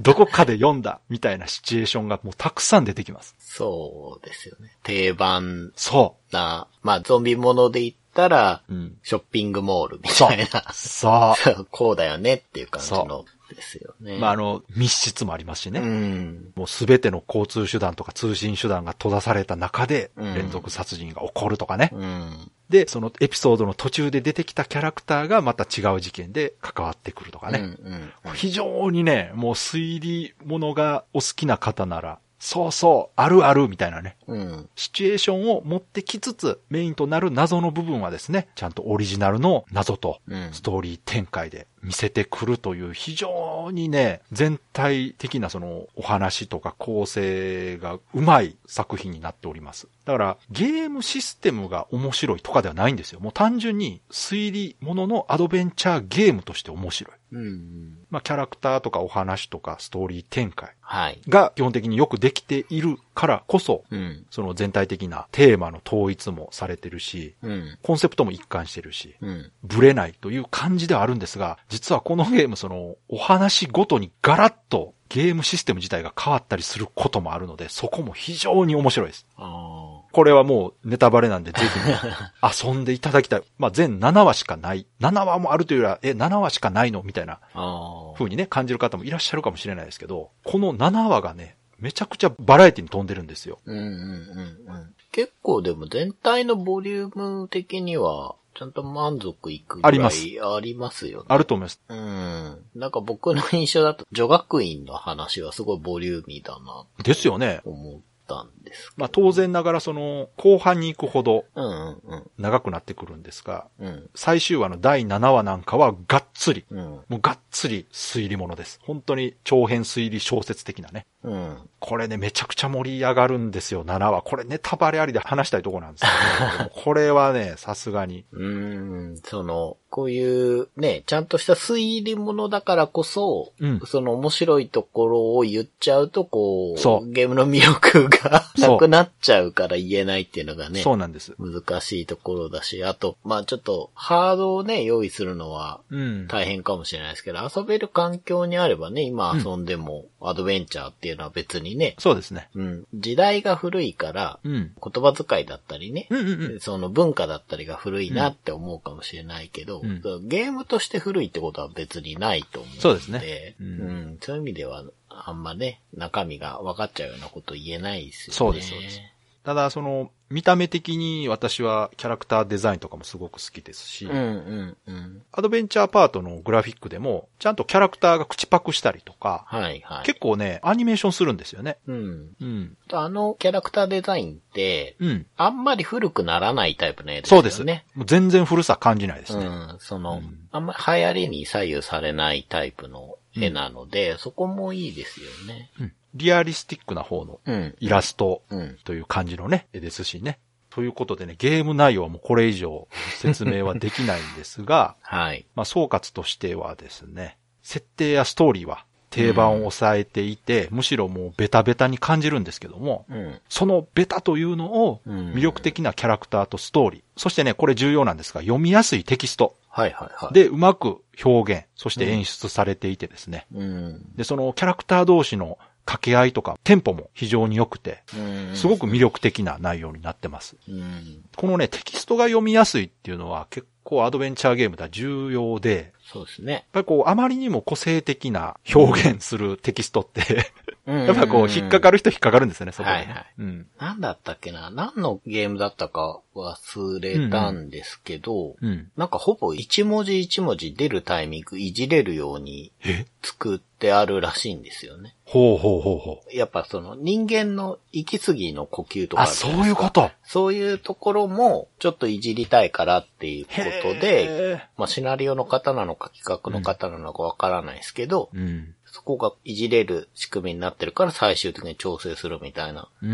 どこかで読んだ、みたいなシチュエーションがもうたくさん出てきます。
そうですよね。定番
そ
な、まあ、ゾンビもので言ったら、
う。うん。
ショッピングモールみ
そう
たいな。。
そ
そうこうだよねっていう感じのですよね。
う。まあ、あの、密室もありますしね。
うん。
もうすべての交通手段とか通信手段が閉ざされた中で、
うん
連続殺人が起こるとかね。
うん。
で、そのエピソードの途中で出てきたキャラクターがまた違う事件で関わってくるとか
うん
ね。非常にね、もう推理ものがお好きな方なら、そうそう、あるあるみたいなね、
うん。うん。
シチュエーションを持ってきつつ、メインとなる謎の部分はですね、ちゃんとオリジナルの謎と
うん
ストーリー展開で見せてくるという非常にね、全体的なそのお話とか構成がうまい作品になっております。だからゲームシステムが面白いとかではないんですよ。もう単純に推理もののアドベンチャーゲームとして面白い。
うん。
まあキャラクターとかお話とかストーリー展開
はい。
が基本的によくできているからこそ、
うん。
その全体的なテーマの統一もされてるし、
うん。
コンセプトも一貫してるし、
うん。
ブレないという感じではあるんですが、実はこのゲームそのお話ごとにガラッとゲームシステム自体が変わったりすることもあるので、そこも非常に面白いです。
あ
これはもうネタバレなんでぜひ遊んでいただきたい。まあ全7話しかない。7話もあるというよりは、え、7話しかないのみたいな
あ。あ
風にね、感じる方もいらっしゃるかもしれないですけど、この7話がね、めちゃくちゃバラエティに飛んでるんですよ。
うんうんうんうん。結構でも全体のボリューム的には、ちゃんと満足いくぐらい
あります
ありますよね。
あると思います。
うん。なんか僕の印象だと、女学院の話はすごいボリューミーだな
ですよね。
と思ったんでですけど。
まあ当然ながらその後半に行くほど
うんうん
長くなってくるんですが、
うん。うん。
最終話の第7話なんかはがっつり、
うん。
もうがっつり推理ものです。本当に長編推理小説的なね。
うん。
これね、めちゃくちゃ盛り上がるんですよ、7話。これネタバレありで話したいとこなんですけ ど、これはね、さすがに。
うーん、その、こういうね、ちゃんとした推理ものだからこそ、
うん
その面白いところを言っちゃうと、こう、
そう
ゲームの魅力が
そう
なくなっちゃうから言えないっていうのがね、
そうなんです。
難しいところだし、あと、まあちょっと、ハードをね、用意するのは
うん。
大変かもしれないですけど、遊べる環境にあればね、今遊んでもアドベンチャーっていうのは別にね、
そうですね。
うん、時代が古いから、
うん。
言葉遣いだったりね、
うんうんうん。
その文化だったりが古いなって思うかもしれないけど、
うん
そのゲームとして古いってことは別にないと思うので。
そうですねう
うんん、そういう意味では、あんまね、中身が分かっちゃうようなこと言えないですよね。
そうですそうですただ、その、見た目的に私はキャラクターデザインとかもすごく好きですし、
うんうんうん。
アドベンチャーパートのグラフィックでも、ちゃんとキャラクターが口パクしたりとか、
はいはい。
結構ね、アニメーションするんですよね。
うん。
うん。
あのキャラクターデザインって、
うん。
あんまり古くならないタイプの絵です
そ
よね。
うです。ね。もう全然古さ感じないです
う
ね。
ん。その、
うん
あんまり流行りに左右されないタイプの絵なので、そこもいいですよね。
うんリアリスティックな方の
うん。
イラスト
うん。
という感じのね、絵ですしね。ということでね、ゲーム内容はもうこれ以上説明はできないんですが、
はい。
まあ総括としてはですね、設定やストーリーは定番を抑えていて、むしろもうベタベタに感じるんですけども、
うん。
そのベタというのを
うん
魅力的なキャラクターとストーリー、そしてね、これ重要なんですが、読みやすいテキスト
はいはいはい。、
でうまく表現、そして演出されていてですね、
うん。
で、そのキャラクター同士の掛け合いとかテンポも非常に良くて、
うん
すごく魅力的な内容になってます。
うん。
このね、テキストが読みやすいっていうのは結構アドベンチャーゲームでは重要で、
そうですね
やっ。ぱりこう、あまりにも個性的な表現するテキストって、
や
やっぱこう、引っかか
る。
る人引っかかるんですよね、そこでね。
はいはい
うん。
なんだったっけな何のゲームだったか忘れたんですけど、
うん。
なんかほぼ一文字一文字出るタイミングいじれるように
え
作ってあるらしいんですよね。
ほうほうほうほう。
やっぱその人間の息継ぎの呼吸とか
あ、
るじゃ
そ
な
ういうこと。
そういうところもちょっといじりたいからっていうことで、
へ
まあシナリオの方なのか企画の方なのかわからないですけど、
ー、うん。
そこがいじれる仕組みになってるから最終的に調整するみたいな
うん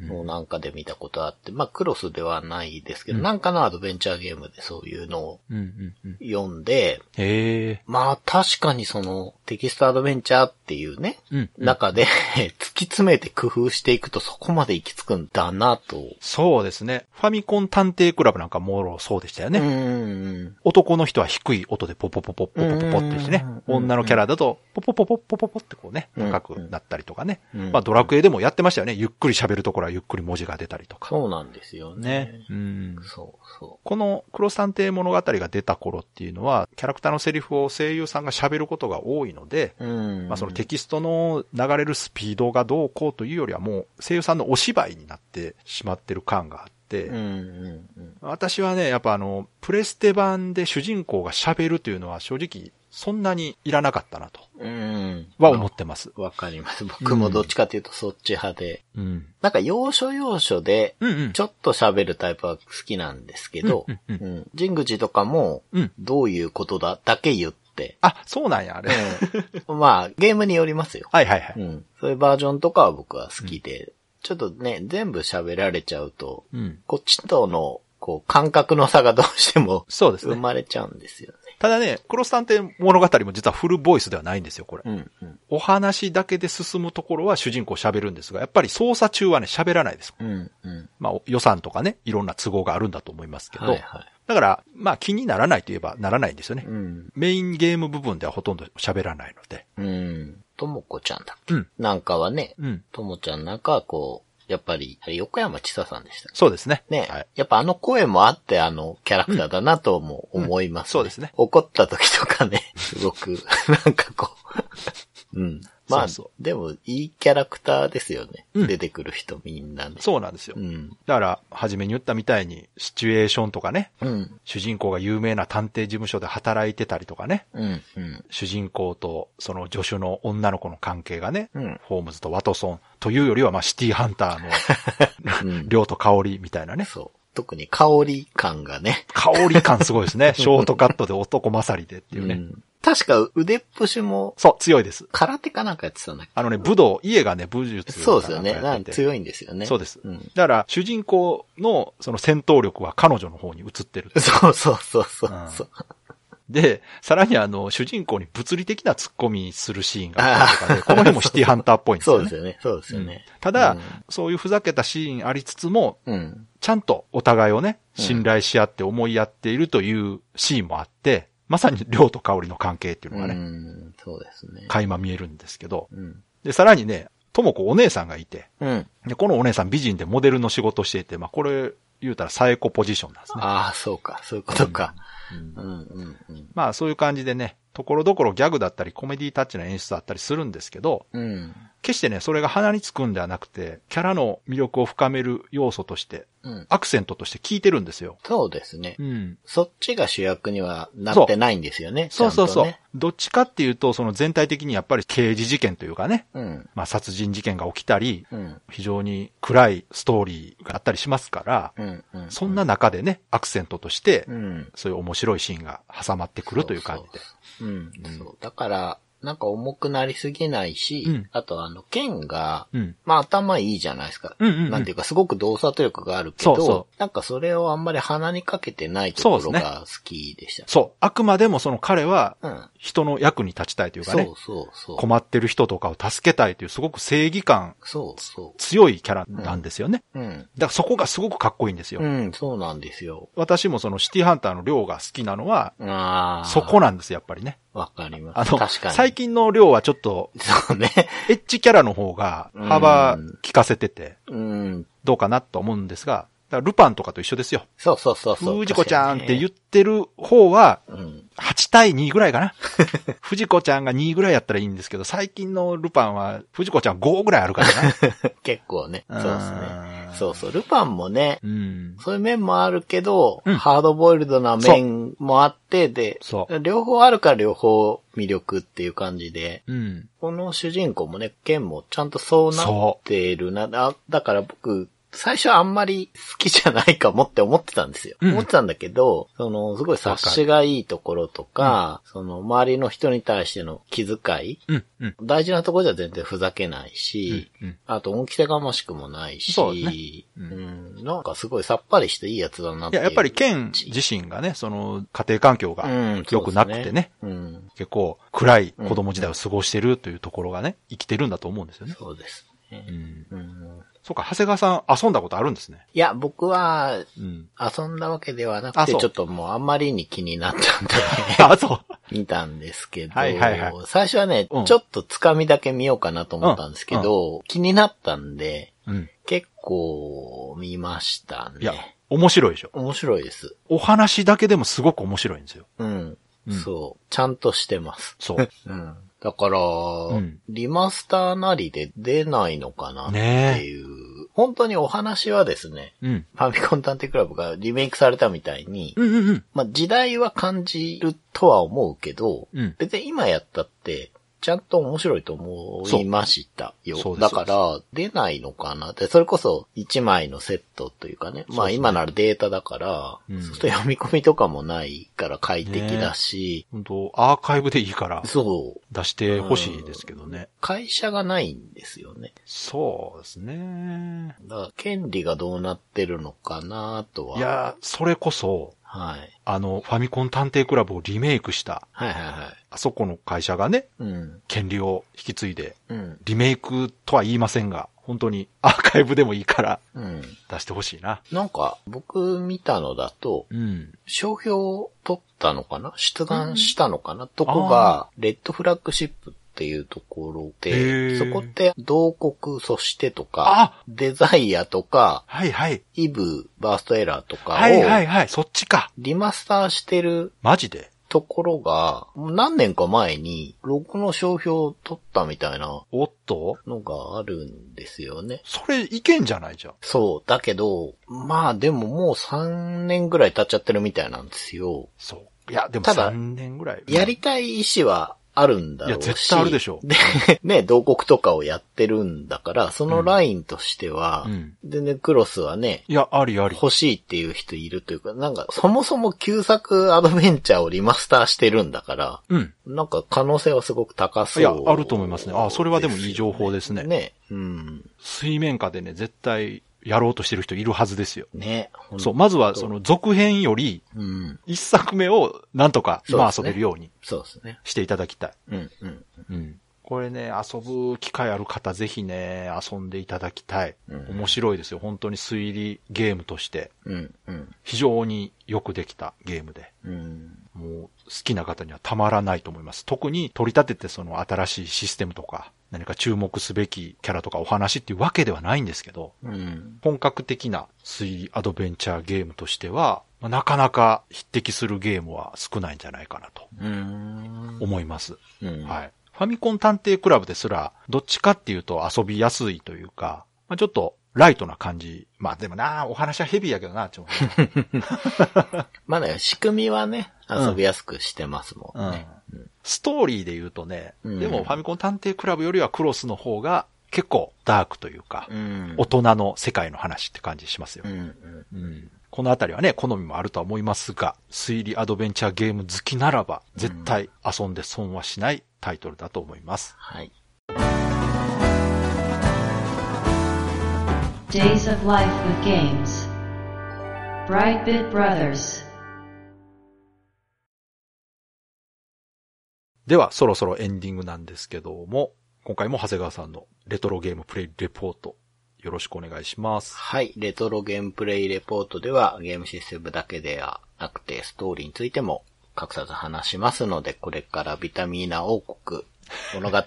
うん
のをなんかで見たことあって、まあクロスではないですけど、なんかのアドベンチャーゲームでそういうのを
うん。うんうんうん。
読んで、
へえ。
まあ確かにそのテキストアドベンチャーっていうね、
うん。
中で 突き詰めて工夫していくとそこまで行き着くんだなと。
そうですね。ファミコン探偵クラブなんかもろそうでしたよね。
うーん。
男の人は低い音でポポポポポポポポってしてね
うん、
女のキャラだとポポポポポポポってこうね、
うん
高くなったりとかね
うん。
まあドラクエでもやってましたよね。ゆっくり喋るところはゆっくり文字が出たりとか。
そうなんですよね。
ね。うん。
そうそ
この黒三帝物語が出た頃っていうのは、キャラクターのセリフを声優さんが喋ることが多いので、
う。うん。
まあそのテキストの流れるスピードがどうこうというよりはもう声優さんのお芝居になってしまってる感があって、
うんうんうん。
私はね、やっぱあの、プレステ版で主人公が喋るというのは正直そんなにいらなかったなと
うん。
は思ってます。
わかります。僕もどっちかというとそっち派で。
うん。
なんか要所要所で、
うんうん。
ちょっと喋るタイプは好きなんですけど、
うんうん
うん神宮寺とかも、
うん。
どういうことだだけ 言って、
あ、そうなんや、あれ。
まあ、ゲームによりますよ。
はいはいは
う
い。
ん。そういうバージョンとかは僕は好きで、ちょっとね、全部喋られちゃうと、
うん。
こっちとの、こう、感覚の差がどうしても
そうです
生
ね。
まれちゃうんですよ
ただね、クロス探偵物語も実はフルボイスではないんですよ、これ。
ね。うん、
お話だけで進むところは主人公喋るんですが、やっぱり操作中はね、喋らないです。
うん。うん、うん。
まあ、予算とかね、いろんな都合があるんだと思いますけど、
はいはい。
だから、まあ気にならないといえばならないんですよね。
うん。
メインゲーム部分ではほとんど喋らないので。
うん。ともこちゃんだっけ、
うん
なんかはね、
うん。
ともちゃんなんかはこう、やっぱり、あれ横山千沙さんでしたっ
そうですね。
けね、
はい。
やっぱあの声もあってあのキャラクターだなとも思います、
うんうんそうですね
怒った時とかね、すごく、なんかこう、うん。まあ、
そうそ
でも、いいキャラクターですよね。
うん
出てくる人みんなね。
そうなんですよ。
うん。
だから、初めに言ったみたいに、シチュエーションとかね、
うん。
主人公が有名な探偵事務所で働いてたりとかね、
うん。うん。
主人公とその助手の女の子の関係がね、
うん
ホームズとワトソンというよりは、まあ、シティハンターの
うん。
量と香りみたいなね。
そう。特に香り感がね。
香り感すごいです ね。ショートカットで 男勝りでっていうね。
ん。確か腕っぷしも、
そう、強いです。
空手かなんかやってたんだっ
あのね、武道、家がね、武術
けそうですよ
か
ね。
な
なんん
か
か
やってて
強いんですよね。
そうです
うん。
だから、主人公のその戦闘力は彼女の方に移ってる。
そうそうそうそうそう。
で、さらにあの、主人公に物理的な突っ込みするシーンがあったりとかで、この辺もシティハンターっぽいんです
そ
よ
うで
ね。
すよね。そうですよね。
ただ、
うん
そういうふざけたシーンありつつも、
うん。
ちゃんとお互いをね、
うん
信頼し合って思い合っているというシーンもあって、まさに亮と香りの関係っていう
う
のがね、
ん。そうですね。
垣間見えるんですけど、
うん。
で、さらにね、ともこお姉さんがいて、
うん。
で、このお姉さん美人でモデルの仕事をしていて、まあこれ言うたらサエコポジションなんですね。
ああ、そうか。そういうことか。
うん
うん。うん。うん。
まあそういう感じでね、ところどころギャグだったりコメディタッチな演出だったりするんですけど、
うん。
決してね、それが鼻につくんではなくて、キャラの魅力を深める要素として、
うん。
アクセントとして効いてるんですよ。
そうですね。
うん。
そっちが主役にはなってないんですよね。
そうそうそう。
ちゃんとね
どっちかっていうと、その全体的にやっぱり刑事事件というかね、
うん。
まあ殺人事件が起きたり、
うん。
非常に暗いストーリーがあったりしますから、
うん。うん。
そんな中でね、アクセントとして
う、ん。
そういう面白いシーンが挟まってくるという感じで。
そうそうそう。うん。そう。だから、なんか重くなりすぎないし、
うん
あとあの、剣が、
うん。
まあ頭いいじゃないですか。
うんうんうん
なんていうか、すごく動作力があるけ
そうそ
ど、なんかそれをあんまり鼻にかけてないとこ
そ
ろ
うですね
が好きでした。
そう。あくまでもその彼は、
うん。
人の役に立ちたいというか
そ
ね
う、そうそう。
困ってる人とかを助けたいという、すごく正義感
そうそ
強いキャラなんですよね。
う。うん。
だからそこがすごくかっこいいんですよ。
うん、そうなんですよ。
私もそのシティハンターの量が好きなのは、
ああ。
そこなんです、やっぱりね。
わかりま
あ
す。
の、
確かに。
最近の量はちょっと、
そうね。
エッジキャラの方が幅効かせてて、
うん。
どうかなと思うんですが、だからルパンとかと一緒ですよ。
そうそうそうそう。
藤子ちゃんって言
う。
ってる方は、
うん。
8対2ぐらいかな。 藤子ちゃんが2ぐらいやったらいいんですけど、最近のルパンは、藤子ちゃん5ぐらいある からな。
結構ね。そうです
あ
ね
ー。
そうそう。ルパンもね、
うん。
そういう面もあるけど、
うん
ハードボイルドな面もあって、で
そ、
両方あるから両方魅力っていう感じで、
うん。
この主人公もね、剣もちゃんとそうなってるな。だだから僕、最初あんまり好きじゃないかもって思ってたんですよ。
うん
思ってたんだけど、その、すごい察しがいいところとか、その、周りの人に対しての気遣い、
うん。うん。
大事なところじゃ全然ふざけないし、
うんうん
あと恩着せがましくもないし、
そうねうん
うんなんかすごいさっぱりしていいやつだなっ
い
ていう。
や、やっぱり、剣自身がね、その、家庭環境が
うん、
良くなくてね、
そうですね。うん、
結構暗い子供時代を過ごしてるというところがね、生きてるんだと思うんですよね。
そうですね。
うん。
うん、
そうか、長谷川さん遊んだことあるんですね。
いや、僕は、
うん。
遊んだわけではな
あ
くて、
そう
ちょっともうあんまりに気になっちゃうん で、
あ、そう。
見たんですけど、
はいはいはい
最初はね、
うん
ちょっとつかみだけ見ようかなと思ったんですけど、気になったんで、
うん。
結構見ました
いや
ね。、
面白いでしょ。
面白いです。
お話だけでもすごく面白いんですよ。
うん。
うん
そう。ちゃんとしてます。
そう。
うん。だから、
ん
リマスターなりで出ないのかなっていう。本当にお話はですね、
うん。
ファミコン探偵クラブがリメイクされたみたいに、
うんうんうん。
まあ、時代は感じるとは思うけど、
うん
別に今やったって、ちゃんと面白いと思いましたよ
そう。で
だ
す
から、出ないのかなって、それこそ1枚のセットというかね。まあ今ならデータだから、
うん
そうすると読み込みとかもないから快適だし、
本当アーカイブでいいから
そう、
出してほしいですけどね。
会社がないんですよね。
そうですね。
だから、権利がどうなってるのかなとは。
いや、それこそ、
はい。
あの、ファミコン探偵クラブをリメイクした、
はいはいはい。
あそこの会社がね、
うん。
権利を引き継いで、
うん。
リメイクとは言いませんが、本当に アーカイブでもいいから
うん。
出してほしいな。
なんか、僕見たのだと、
うん。
商標を取ったのかな出願したのかな、とこが、レッドフラッグシップっていうところ
へー
で、そこって、同国、そしてと
あ
か、デザイアとか、
はいはい。
イブ、バーストエラーとか
はいはい
を、
はい。そっちか。
リマスターしてる
マジで。
ところが、何年か前に、ロゴの商標を取ったみたいな
おっと
のがあるんですよね。
それいけんじゃないじゃん。
そう。だけど、まあでももう3年ぐらい経っちゃってるみたいなんですよ。
そう。いや、でも
ただ
3年ぐらい。
やりたい意思はあるんだろうし。
いや絶対あるでしょう
で、ね、同国とかをやってるんだから、そのラインとしては、
うん
全然クロスはね、
いや、ありあり。
欲しいっていう人いるというか、なんか、そもそも旧作アドベンチャーをリマスターしてるんだから、
うん。
なんか可能性はすごく高そう
いや、あると思いますね。あ、それはでもいい情報ですね。
ね。うん。
水面下でね、絶対やろうとしてる人いるはずですよ。
ね。ほん
そう、まずはその続編より、
うん。
一作目をなんとか今
そ
遊
うですね
べるように
そうですね。
していただきたい。
うん、うん。
うん。これね、遊ぶ機会ある方、ぜひね、遊んでいただきたい。
うん
面白いですよ。本当に推理ゲームとして、
うん、うん。
非常によくできたゲームで、
うん。
もう好きな方にはたまらないと思います。特に取り立ててその新しいシステムとか、何か注目すべきキャラとかお話っていうわけではないんですけど、
うん。
本格的な推理アドベンチャーゲームとしては、まあなかなか匹敵するゲームは少ないんじゃないかなと
うん。
思います。
うん。
はい。ファミコン探偵クラブですら、どっちかっていうと遊びやすいというか、まあ、ちょっとライトな感じ。まあでもな、お話はヘビーやけどな、ちょっとね
まだ仕組みはね、
うん
遊びやすくしてます もんね。
ストーリーで言うとね、
うん
でもファミコン探偵クラブよりはクロスの方が結構ダークというか、
うん。
大人の世界の話って感じしますよ
う。ん。うん。
うんこのあたりはね、好みもあるとは思いますが、推理アドベンチャーゲーム好きならば、絶対遊んで損はしないタイトルだと思います。
はい。
Days of Life with Games. Brightbit Brothers.
では、そろそろエンディングなんですけども、今回も長谷川さんのレトロゲームプレイレポート、よろしくお願いします。
はい。レトロゲームプレイレポートではゲームシステムだけではなくてストーリーについても隠さず話しますので、これからビタミーナ王国物語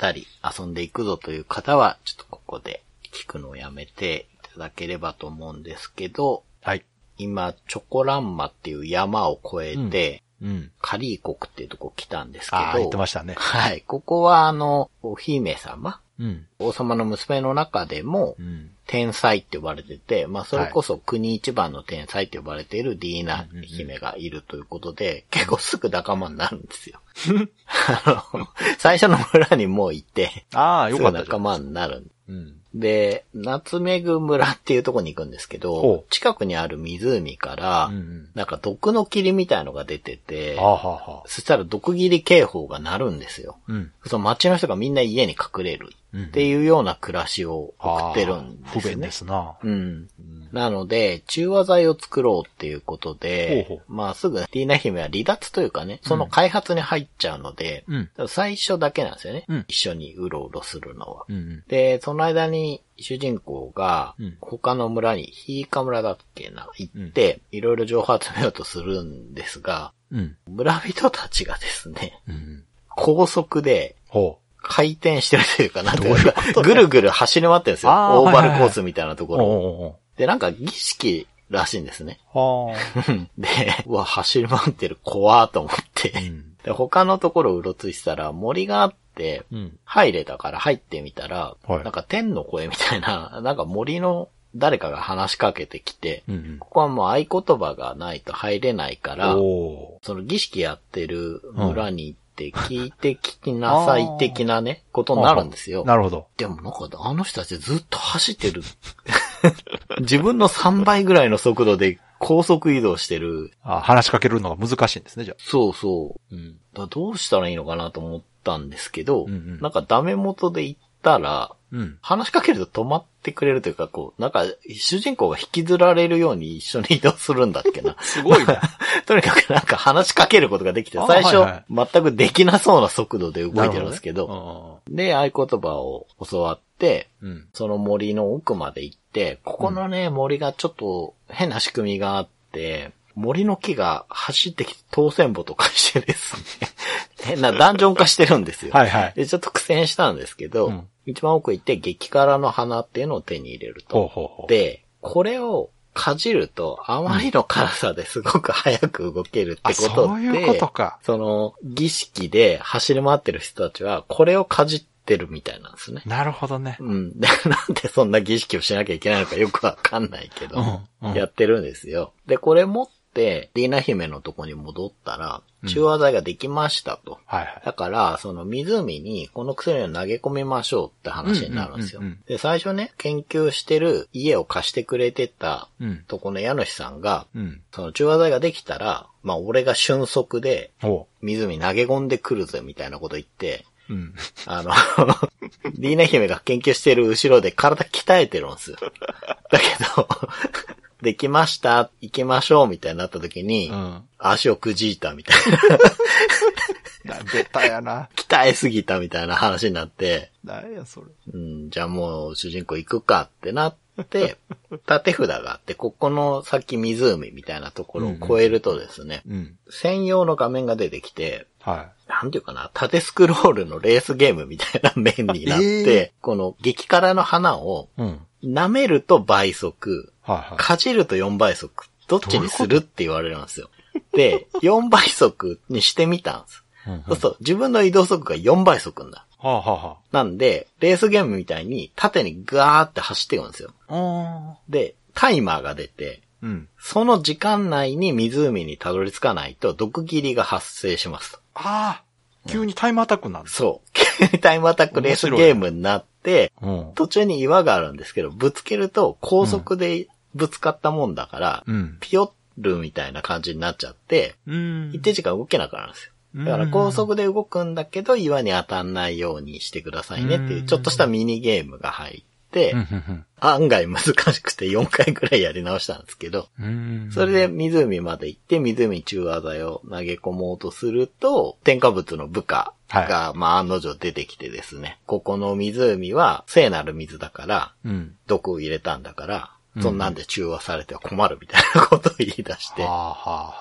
遊んでいくぞという方は、ちょっとここで聞くのをやめていただければと思うんですけど、
はい。
今、チョコランマっていう山を越えて、
うん。
カリー国っていうとこ来たんですけど、
ああ、言ってましたね。
はい。ここはあの、お姫様
うん。
王様の娘の中でも
う、ん。
天才って呼ばれてて、まあそれこそ国一番の天才って呼ばれているディーナ姫がいるということで、結構すぐ仲間になるんですよ。 あの、最初の村にもういて、
ああ、
す
よか
ぐ
ったじゃ
仲
ん。
間になる。
うん。
で、夏目ぐ村っていうとこに行くんですけど
ほ、
近くにある湖か
う
ら
んう、ん。
なんか毒の霧みたいのが出てて
あ、あ、はあ、はあ。
そしたら毒霧警報が鳴るんですよ。
うん。
その街の人がみんな家に隠れるっていうような暮らしを送ってるん
あ
で
あ
すね。
不便ですな。
うん。なので、中和剤を作ろうっていうことで、
ほうほ
まあすぐ、ディーナ姫は離脱というかね、その開発に入っちゃうので、
うん。
最初だけなんですよね。
うん
一緒にうろうろするのは。
うんうん。
で、その間に主人公が
うん、
他の村に、ヒーカ村だっけな、行って、いろいろ情報を集めようとするんですが、
うん。
村人たちがですね、
うん。
高速で、
ほ
回転してるというか、なんていうか、ぐるぐる走り回ってるんですよ。
あー
オーバ
はいは
ル
いは
コ
い
ースみたいなと
う。
こ
おう
ろを。
お
で、なんか儀式らしいんですね。
うおう。はあ。
で、うわ、走り回ってる、怖ーと思って
う。ん。
で、他のところをうろついてたら森があって、
うん。
入れたから入ってみたら、
はい
なんか天の声みたいな、 なんか森の誰かが話しかけてきて、
うんうん。
ここはもう合言葉がないと入れないから、
お
その儀式やってる村に行って聞いて聞きなさい的なね、ことになるんです
お。
よ。
なるほど。
でもなんかあの人たちずっと走ってる。 自分の3倍ぐらいの速度で高速移動してる。
あ話しかけるのが難しいんですね、じゃあ。
そうそう。
うん。
だどうしたらいいのかなと思ったんですけど、
うんうん
なんかダメ元で行ったら、
うん。。
話しかけると止まってくれるというか、こう、なんか、主人公が引きずられるように一緒に移動するんだっけな
すご いね。
とにかくなんか話しかけることができて
あ、
最初、
は
全くできなそうな速度で動いてるんですけど、
ど
で、合言葉を教わって、
ね。うん。
その森の奥まで行って、ここのね、森がちょっと変な仕組みがあって、森の木が走ってきて当選簿とかしてですね、 変なダンジョン化してるんですよ。
はいはい。
で、ちょっと苦戦したんですけど、
うん
一番奥行って激辛の花っていうのを手に入れる
ほう
と。
ほうほう。
で、これをかじると、あまりの辛さですごく早く動けるっ
あ、
てことって、
そういうことか。
その、儀式で走り回ってる人たちは、これをかじってるみたいなんですね。
なるほどね。
うん。 で、なんでそんな儀式をしなきゃいけないのかよくわかんないけど、
うんうん
やってるんですよ。で、これ持って、ディーナ姫のとこに戻ったら
う、ん
中和剤ができましたと。
はいはい。
だから、その湖にこの薬を投げ込みましょうって話になるんですよ
うんうんうんうん。
で、最初ね、研究してる家を貸してくれてた
うん。
とこの家主さんが、
うん。
その中和剤ができたら、まあ俺が瞬足で
おう。
湖に投げ込んでくるぜみたいなこと言って、
うん。
あの、 ディーナ姫が研究してる後ろで体鍛えてるんですよ。だけど、 できました、行きましょうみたいになった時に、
うん。
足をくじいたみたいな、
ベタやな。
鍛えすぎたみたいな話になって、
なんやそれ。
うん、じゃあもう主人公行くかってな って、縦札があって、ここのさっき湖みたいなところを越えるとですね、
うん。
専用の画面が出てきて、
は
なんていうかな、縦スクロールのレースゲームみたいな面になって、この激辛の花を
い。うん。はい
舐めると倍速、
はい。
かじると4倍速、どっちにするって言われるんですよ。 で、4倍速にしてみたんです。
うんうん
そうすると、自分の移動速度が4倍速なんだ。
はあは
なんで、レースゲームみたいに縦にガーって走っていくんですよ。
あはあ。
で、タイマーが出て、
うん。
その時間内に湖にたどり着かないと毒切りが発生しますと。
ああ。急にタイムアタックなんです。
そう。急にタイムアタックレースゲームになって、
うん。
途中に岩があるんですけど、ぶつけると高速でぶつかったもんだから、
うん。
ピヨるみたいな感じになっちゃって、
うん
一定時間動けなくなるんです
うん
よ。だから高速で動くんだけど、岩に当たんないようにしてくださいねっていうう、
ん
ちょっとしたミニゲームが入って
うん、うん
案外難しくて4回くらいやり直したんですけど、
うん。うん
それで湖まで行って、湖に中和剤を投げ込もうとすると、添加物の部下が、まあ案の定出てきてですね、ここの湖は聖なる水だから、
うん。
毒を入れたんだから、
うん
そんなんで中和されては困るみたいなことを言い出して
は、あは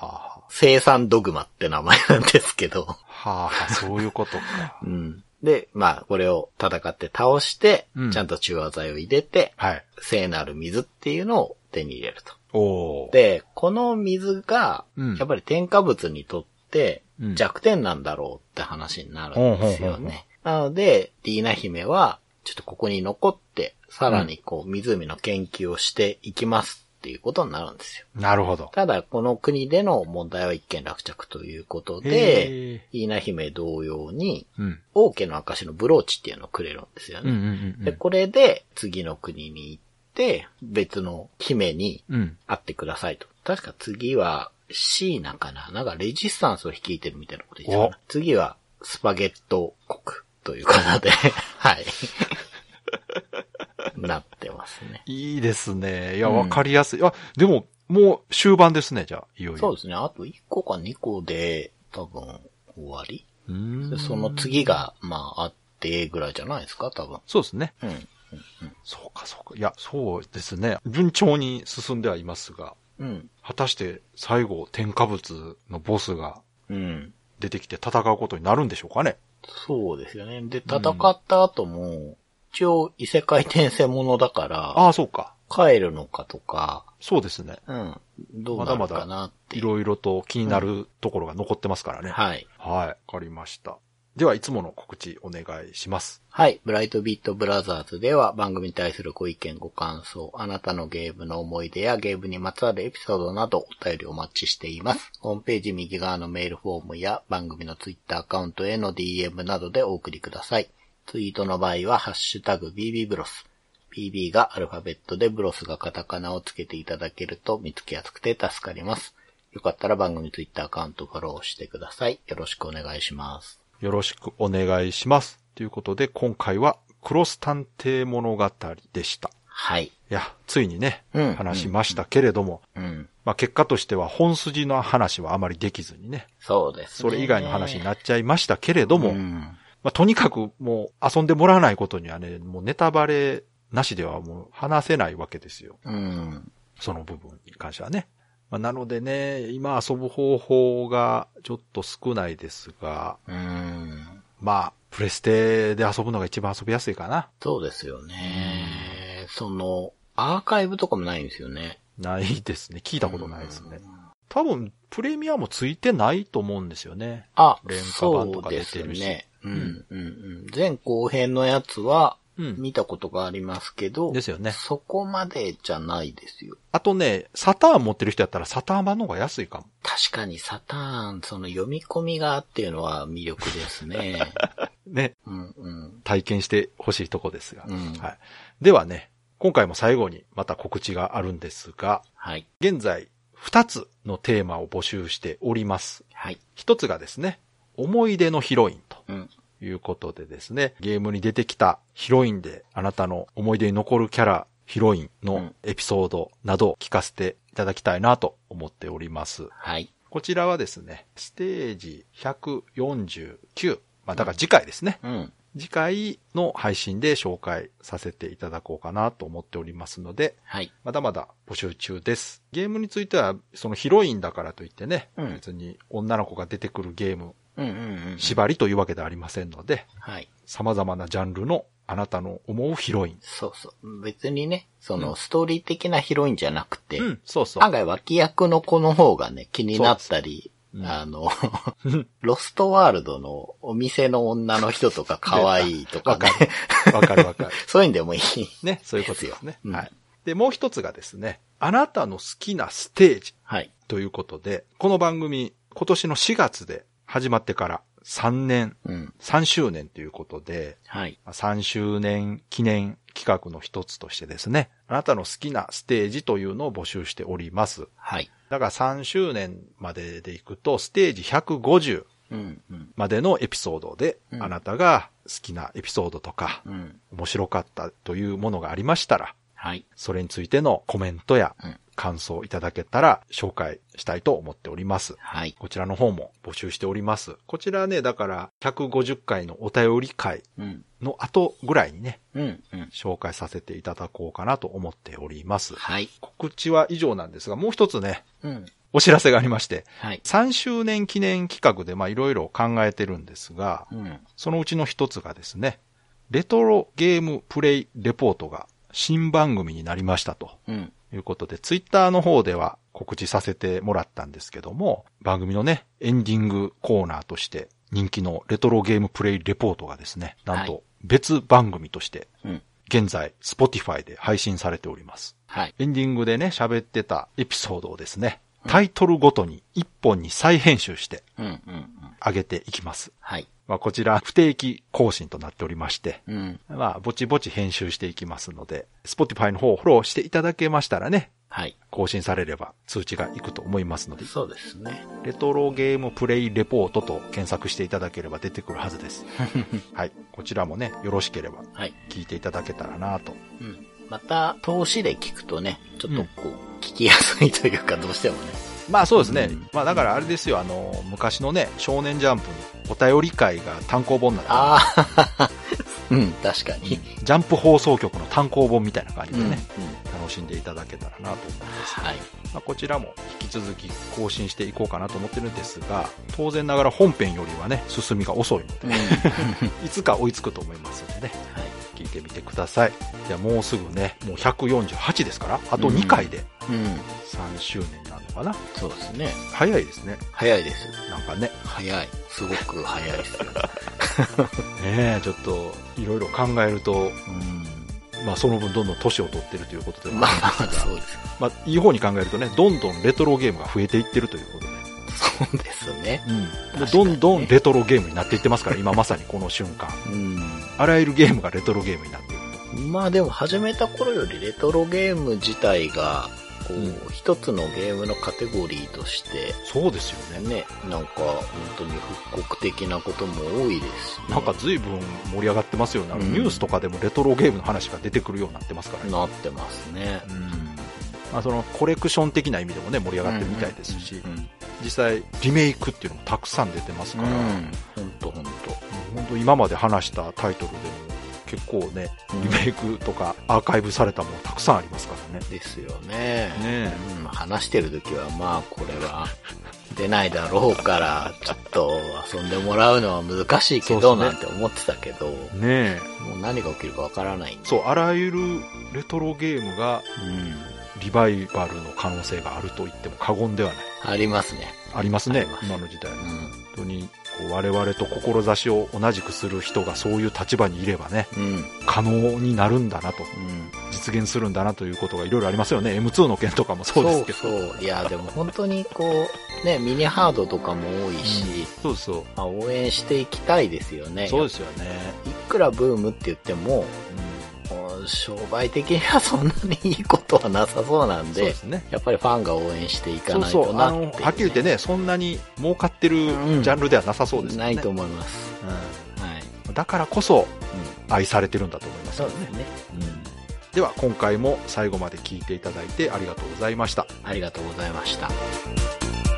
あは
生産ドグマって名前なんですけど、
あ。はあはあ、そういうことか。
うん。で、まあ、これを戦って倒して、
うん
ちゃんと中和剤を入れて、
はい。
聖なる水っていうのを手に入れると。
おお。
で、この水が
うん、
やっぱり添加物にとって
うん
弱点なんだろうって話になるんですよ
うんうんうんうん
ね。なので、ディーナ姫は、ちょっとここに残って、さらにこう、湖の研究をしていきますっていうことになるんですよ。
なるほど。
ただ、この国での問題は一件落着ということで、
へえ、
イーナ姫同様に、
うん。
王家の証のブローチっていうのをくれるんですよ
うんう
ね。
んうんう
で、
ん。
これで次の国に行って、別の姫に
うん。
会ってくださいと。確か次はシーナかななんかレジスタンスを率いてるみたいなこと言ってたかな次はスパゲット国というこ とで、はい。なってますね。
いいですね。いや、
うん
わかりやすい。あ、でも、もう終盤ですね、じゃあ、いよいよ。
そう
す。
ですね。あと1個か2個で多分終わり
ん。
その次が、まあ、あってぐらいじゃないですか、多分。
そうですね。
うん。
そうか、そうか。いや、そうですね。順調に進んではいますが、
うん。
果たして最後、添加物のボスが
うん。
出てきて戦うことになるんでしょうかね。
そうですよね。で、戦った後も、一応異世界転生ものだから、
ああ、そうか。
帰るのかとか、
そうですね。
うん。どうなるかなって
い
いう。
ろいろと気になるところが残ってますからね。はい。
はい。
はい。わかりました。では、いつもの告知お願いします。
はい。ブライトビットブラザーズでは番組に対するご意見、ご感想、あなたのゲームの思い出やゲームにまつわるエピソードなどお便りお待ちしています。ホームページ右側のメールフォームや番組のツイッターアカウントへの DM などでお送りください。ツイートの場合はハッシュタグ BB ブロス。BB がアルファベットでブロスがカタカナをつけていただけると見つけやすくて助かります。よかったら番組ツイッターアカウントフォローしてください。よろしくお願いします。
よろしくお願いします。ということで、今回は、クロス探偵物語でした。
はい。
いや、ついにね、
うん
話しましたけれども、
うん。
まあ結果としては本筋の話はあまりできずにね、
そうです、ね。
それ以外の話になっちゃいましたけれども、
うん
まあとにかくもう遊んでもらわないことにはね、もうネタバレなしではもう話せないわけですよ。
うん。
その部分に関してはね。まあなのでね、今遊ぶ方法がちょっと少ないですが、
うん。
まあ、プレステで遊ぶのが一番遊びやすいかな。
そうですよね。その、アーカイブとかもないんですよね。
ないですね。聞いたことないですね。多分、プレミアもついてないと思うんですよね。
あ、
廉価版
そ
と
う
か
で
出
す
てるし
ね。うん、うん、うん。前後編のやつは、
うん。
見たことがありますけど、
ですよね。
そこまでじゃないですよ。
あとね、サターン持ってる人やったらサターン版の方が安いかも。
確かにサターン、その読み込みがっていうのは魅力で すね。
ね。
うんうん。
体験してほしいとこですが。
うん
はい。ではね、今回も最後にまた告知があるんですが、
はい。
現在2つのテーマを募集しております。
はい。
1つがですね、思い出のヒロインと
うん。
いうことでですね、ゲームに出てきたヒロインであなたの思い出に残るキャラ、ヒロインのエピソードなどを聞かせていただきたいなと思っております。
はい。
こちらはですね、ステージ149、まあだから次回ですね。
うん。
次回の配信で紹介させていただこうかなと思っておりますので、
はい。
まだまだ募集中です。ゲームについては、そのヒロインだからといってね、
うん
別に女の子が出てくるゲーム、
うんうんうん。
縛りというわけではありませんので、
はい。
様々なジャンルのあなたの思うヒロイン。
そうそう。別にね、そうの
ん
ストーリー的なヒロインじゃなくて、
うん、そうそう
案。外脇役の子の方がね、気になったり、
そうですうん
あの、 ロストワールドのお店の女の人とか可愛いとか
わか
ね
る。わかるわ かる。
そういうんでもいい。
ね、そういうことですね。
うん
はい。で、もう一つがですね、あなたの好きなステージ
はい。
ということで、この番組、今年の4月で始まってから3年、
うん。
3周年ということで、
はい。
3周年記念企画の一つとしてですね、あなたの好きなステージというのを募集しております。
はい。
だから3周年まででいくと、ステージ150
うん。うん。
までのエピソードで、
うん
あなたが好きなエピソードとか、
うん。
面白かったというものがありましたら、
はい。
それについてのコメントや
うん
感想をいただけたら紹介したいと思っております。
はい。
こちらの方も募集しております。こちらね、だから150回のお便り会
うん。
の後ぐらいにね、
うん。うん。
紹介させていただこうかなと思っております。
はい。
告知は以上なんですが、もう一つね、
うん。
お知らせがありまして、
はい。
3周年記念企画でまあいろいろ考えてるんですが、
うん。
そのうちの一つがですね、レトロゲームプレイレポートが新番組になりましたと
うん。
ということで、ツイッターの方では告知させてもらったんですけども、番組のね、エンディングコーナーとして人気のレトロゲームプレイレポートがですね、なん
は
と別番組として
うん。
現在 Spotify で配信されております。
はい。
エンディングでね、喋ってたエピソードをですね、タイトルごとに一本に再編集して
うん。うん。うん。
上げていきます。
はい。
まあ、こちら不定期更新となっておりまして、
うん。
まあ、ぼちぼち編集していきますので、Spotify の方をフォローしていただけましたらね、
はい。
更新されれば通知がいくと思いますので、
そうです ね。
レトロゲームプレイレポートと検索していただければ出てくるはずです。はい。こちらもね、よろしければ
はい。
聞いていただけたらなと。
うん。また、投資で聞くとね、ちょっとこう、聞きやすいというか、どうしてもね。
まあそうですね。
うん
まあだからあれですよ、あの、昔のね、少年ジャンプのお便り会が単行本なの
ああ、 うん、確かに。
ジャンプ放送局の単行本みたいな感じ
う
で
ん、うん
ね、。楽しんでいただけたらなと思います。
はい。
まあ、こちらも引き続き更新していこうかなと思ってるんですが、当然ながら本編よりはね、進みが遅いので、いつか追いつくと思いますのでね、
はい。
聞いてみてください。じゃあもうすぐね、もう148ですから、あと2回で
うん、
3周年なのかな、
そうですね。
早いですね。
早いです。
なんかね。
早い。すごく早いです。
ねえ、ちょっと、いろいろ考えると、
うん。
まあその分どんどん年を取ってるということで
ま
は
あ
ありま
まあ
すが、、
そうです。
まあいい方に考えるとね、どんどんレトロゲームが増えていってるということで、
そうですね。
でどんどんレトロゲームになっていってますから、今まさにこの瞬間。
う
あらゆるゲームがレトロゲームになっている
ん。まあでも、始めた頃よりレトロゲーム自体が、こ
う
う、一つのゲームのカテゴリーとして、
と。そうですよね。
ね、なんか、本当に復刻的なことも多いですしね、
なんか随分盛り上がってますよね。あの
うん
ニュースとかでもレトロゲームの話が出てくるようになってますからね。
なってますね。
まあ、そのコレクション的な意味でもね、盛り上がってるみたいですし、
うんうん
実際リメイクっていうのもたくさん出てますから、
ほんとほんと。
本当今まで話したタイトルでも結構ね、リメイクとかアーカイブされたものたくさんありますからね。
ですよね。
ね
うん、話してる時はまあこれは出ないだろうから、ちょっと遊んでもらうのは難しいけ
そ
ど
うで
な
す
んて思ってたけど、
え。ねえ。
もう何が起きるかわからない。
そう、あらゆるレトロゲームが
うん。
リバイバルの可能性があると言っても過言ではない。
ありますね。
ありますね、
あります
今の時代
う
は。
ん。
本当に、こう我々と志を同じくする人がそういう立場にいればね、
うん。
可能になるんだなと、
うん。
実現するんだなということがいろいろありますよね。M2 の件とかもそうですけど。
そうそう。いや、でも本当にこう、ね、ミニハードとかも多いし、
そうそう。
まあ応援していきたいですよね。
そうですよね。
いくらブームって言っても、もう商売的にはそんなにいいことはなさそうなん
そう
で
で、すね。
やっぱりファンが応援していか
そう
ない
そ
と
う。
な
あ
ってい
の、
う
は
ね、
っきり言ってね、そんなに儲かってるジャンルではなさそうですよ
な
ね。
いと思います。はい。
うんだからこそ
う
愛されてるんだと思います
そ
よ
うで
ね
す。ね。
では今回も最後まで聞いていただいてありがとうございました。
うん。ありがとうございました。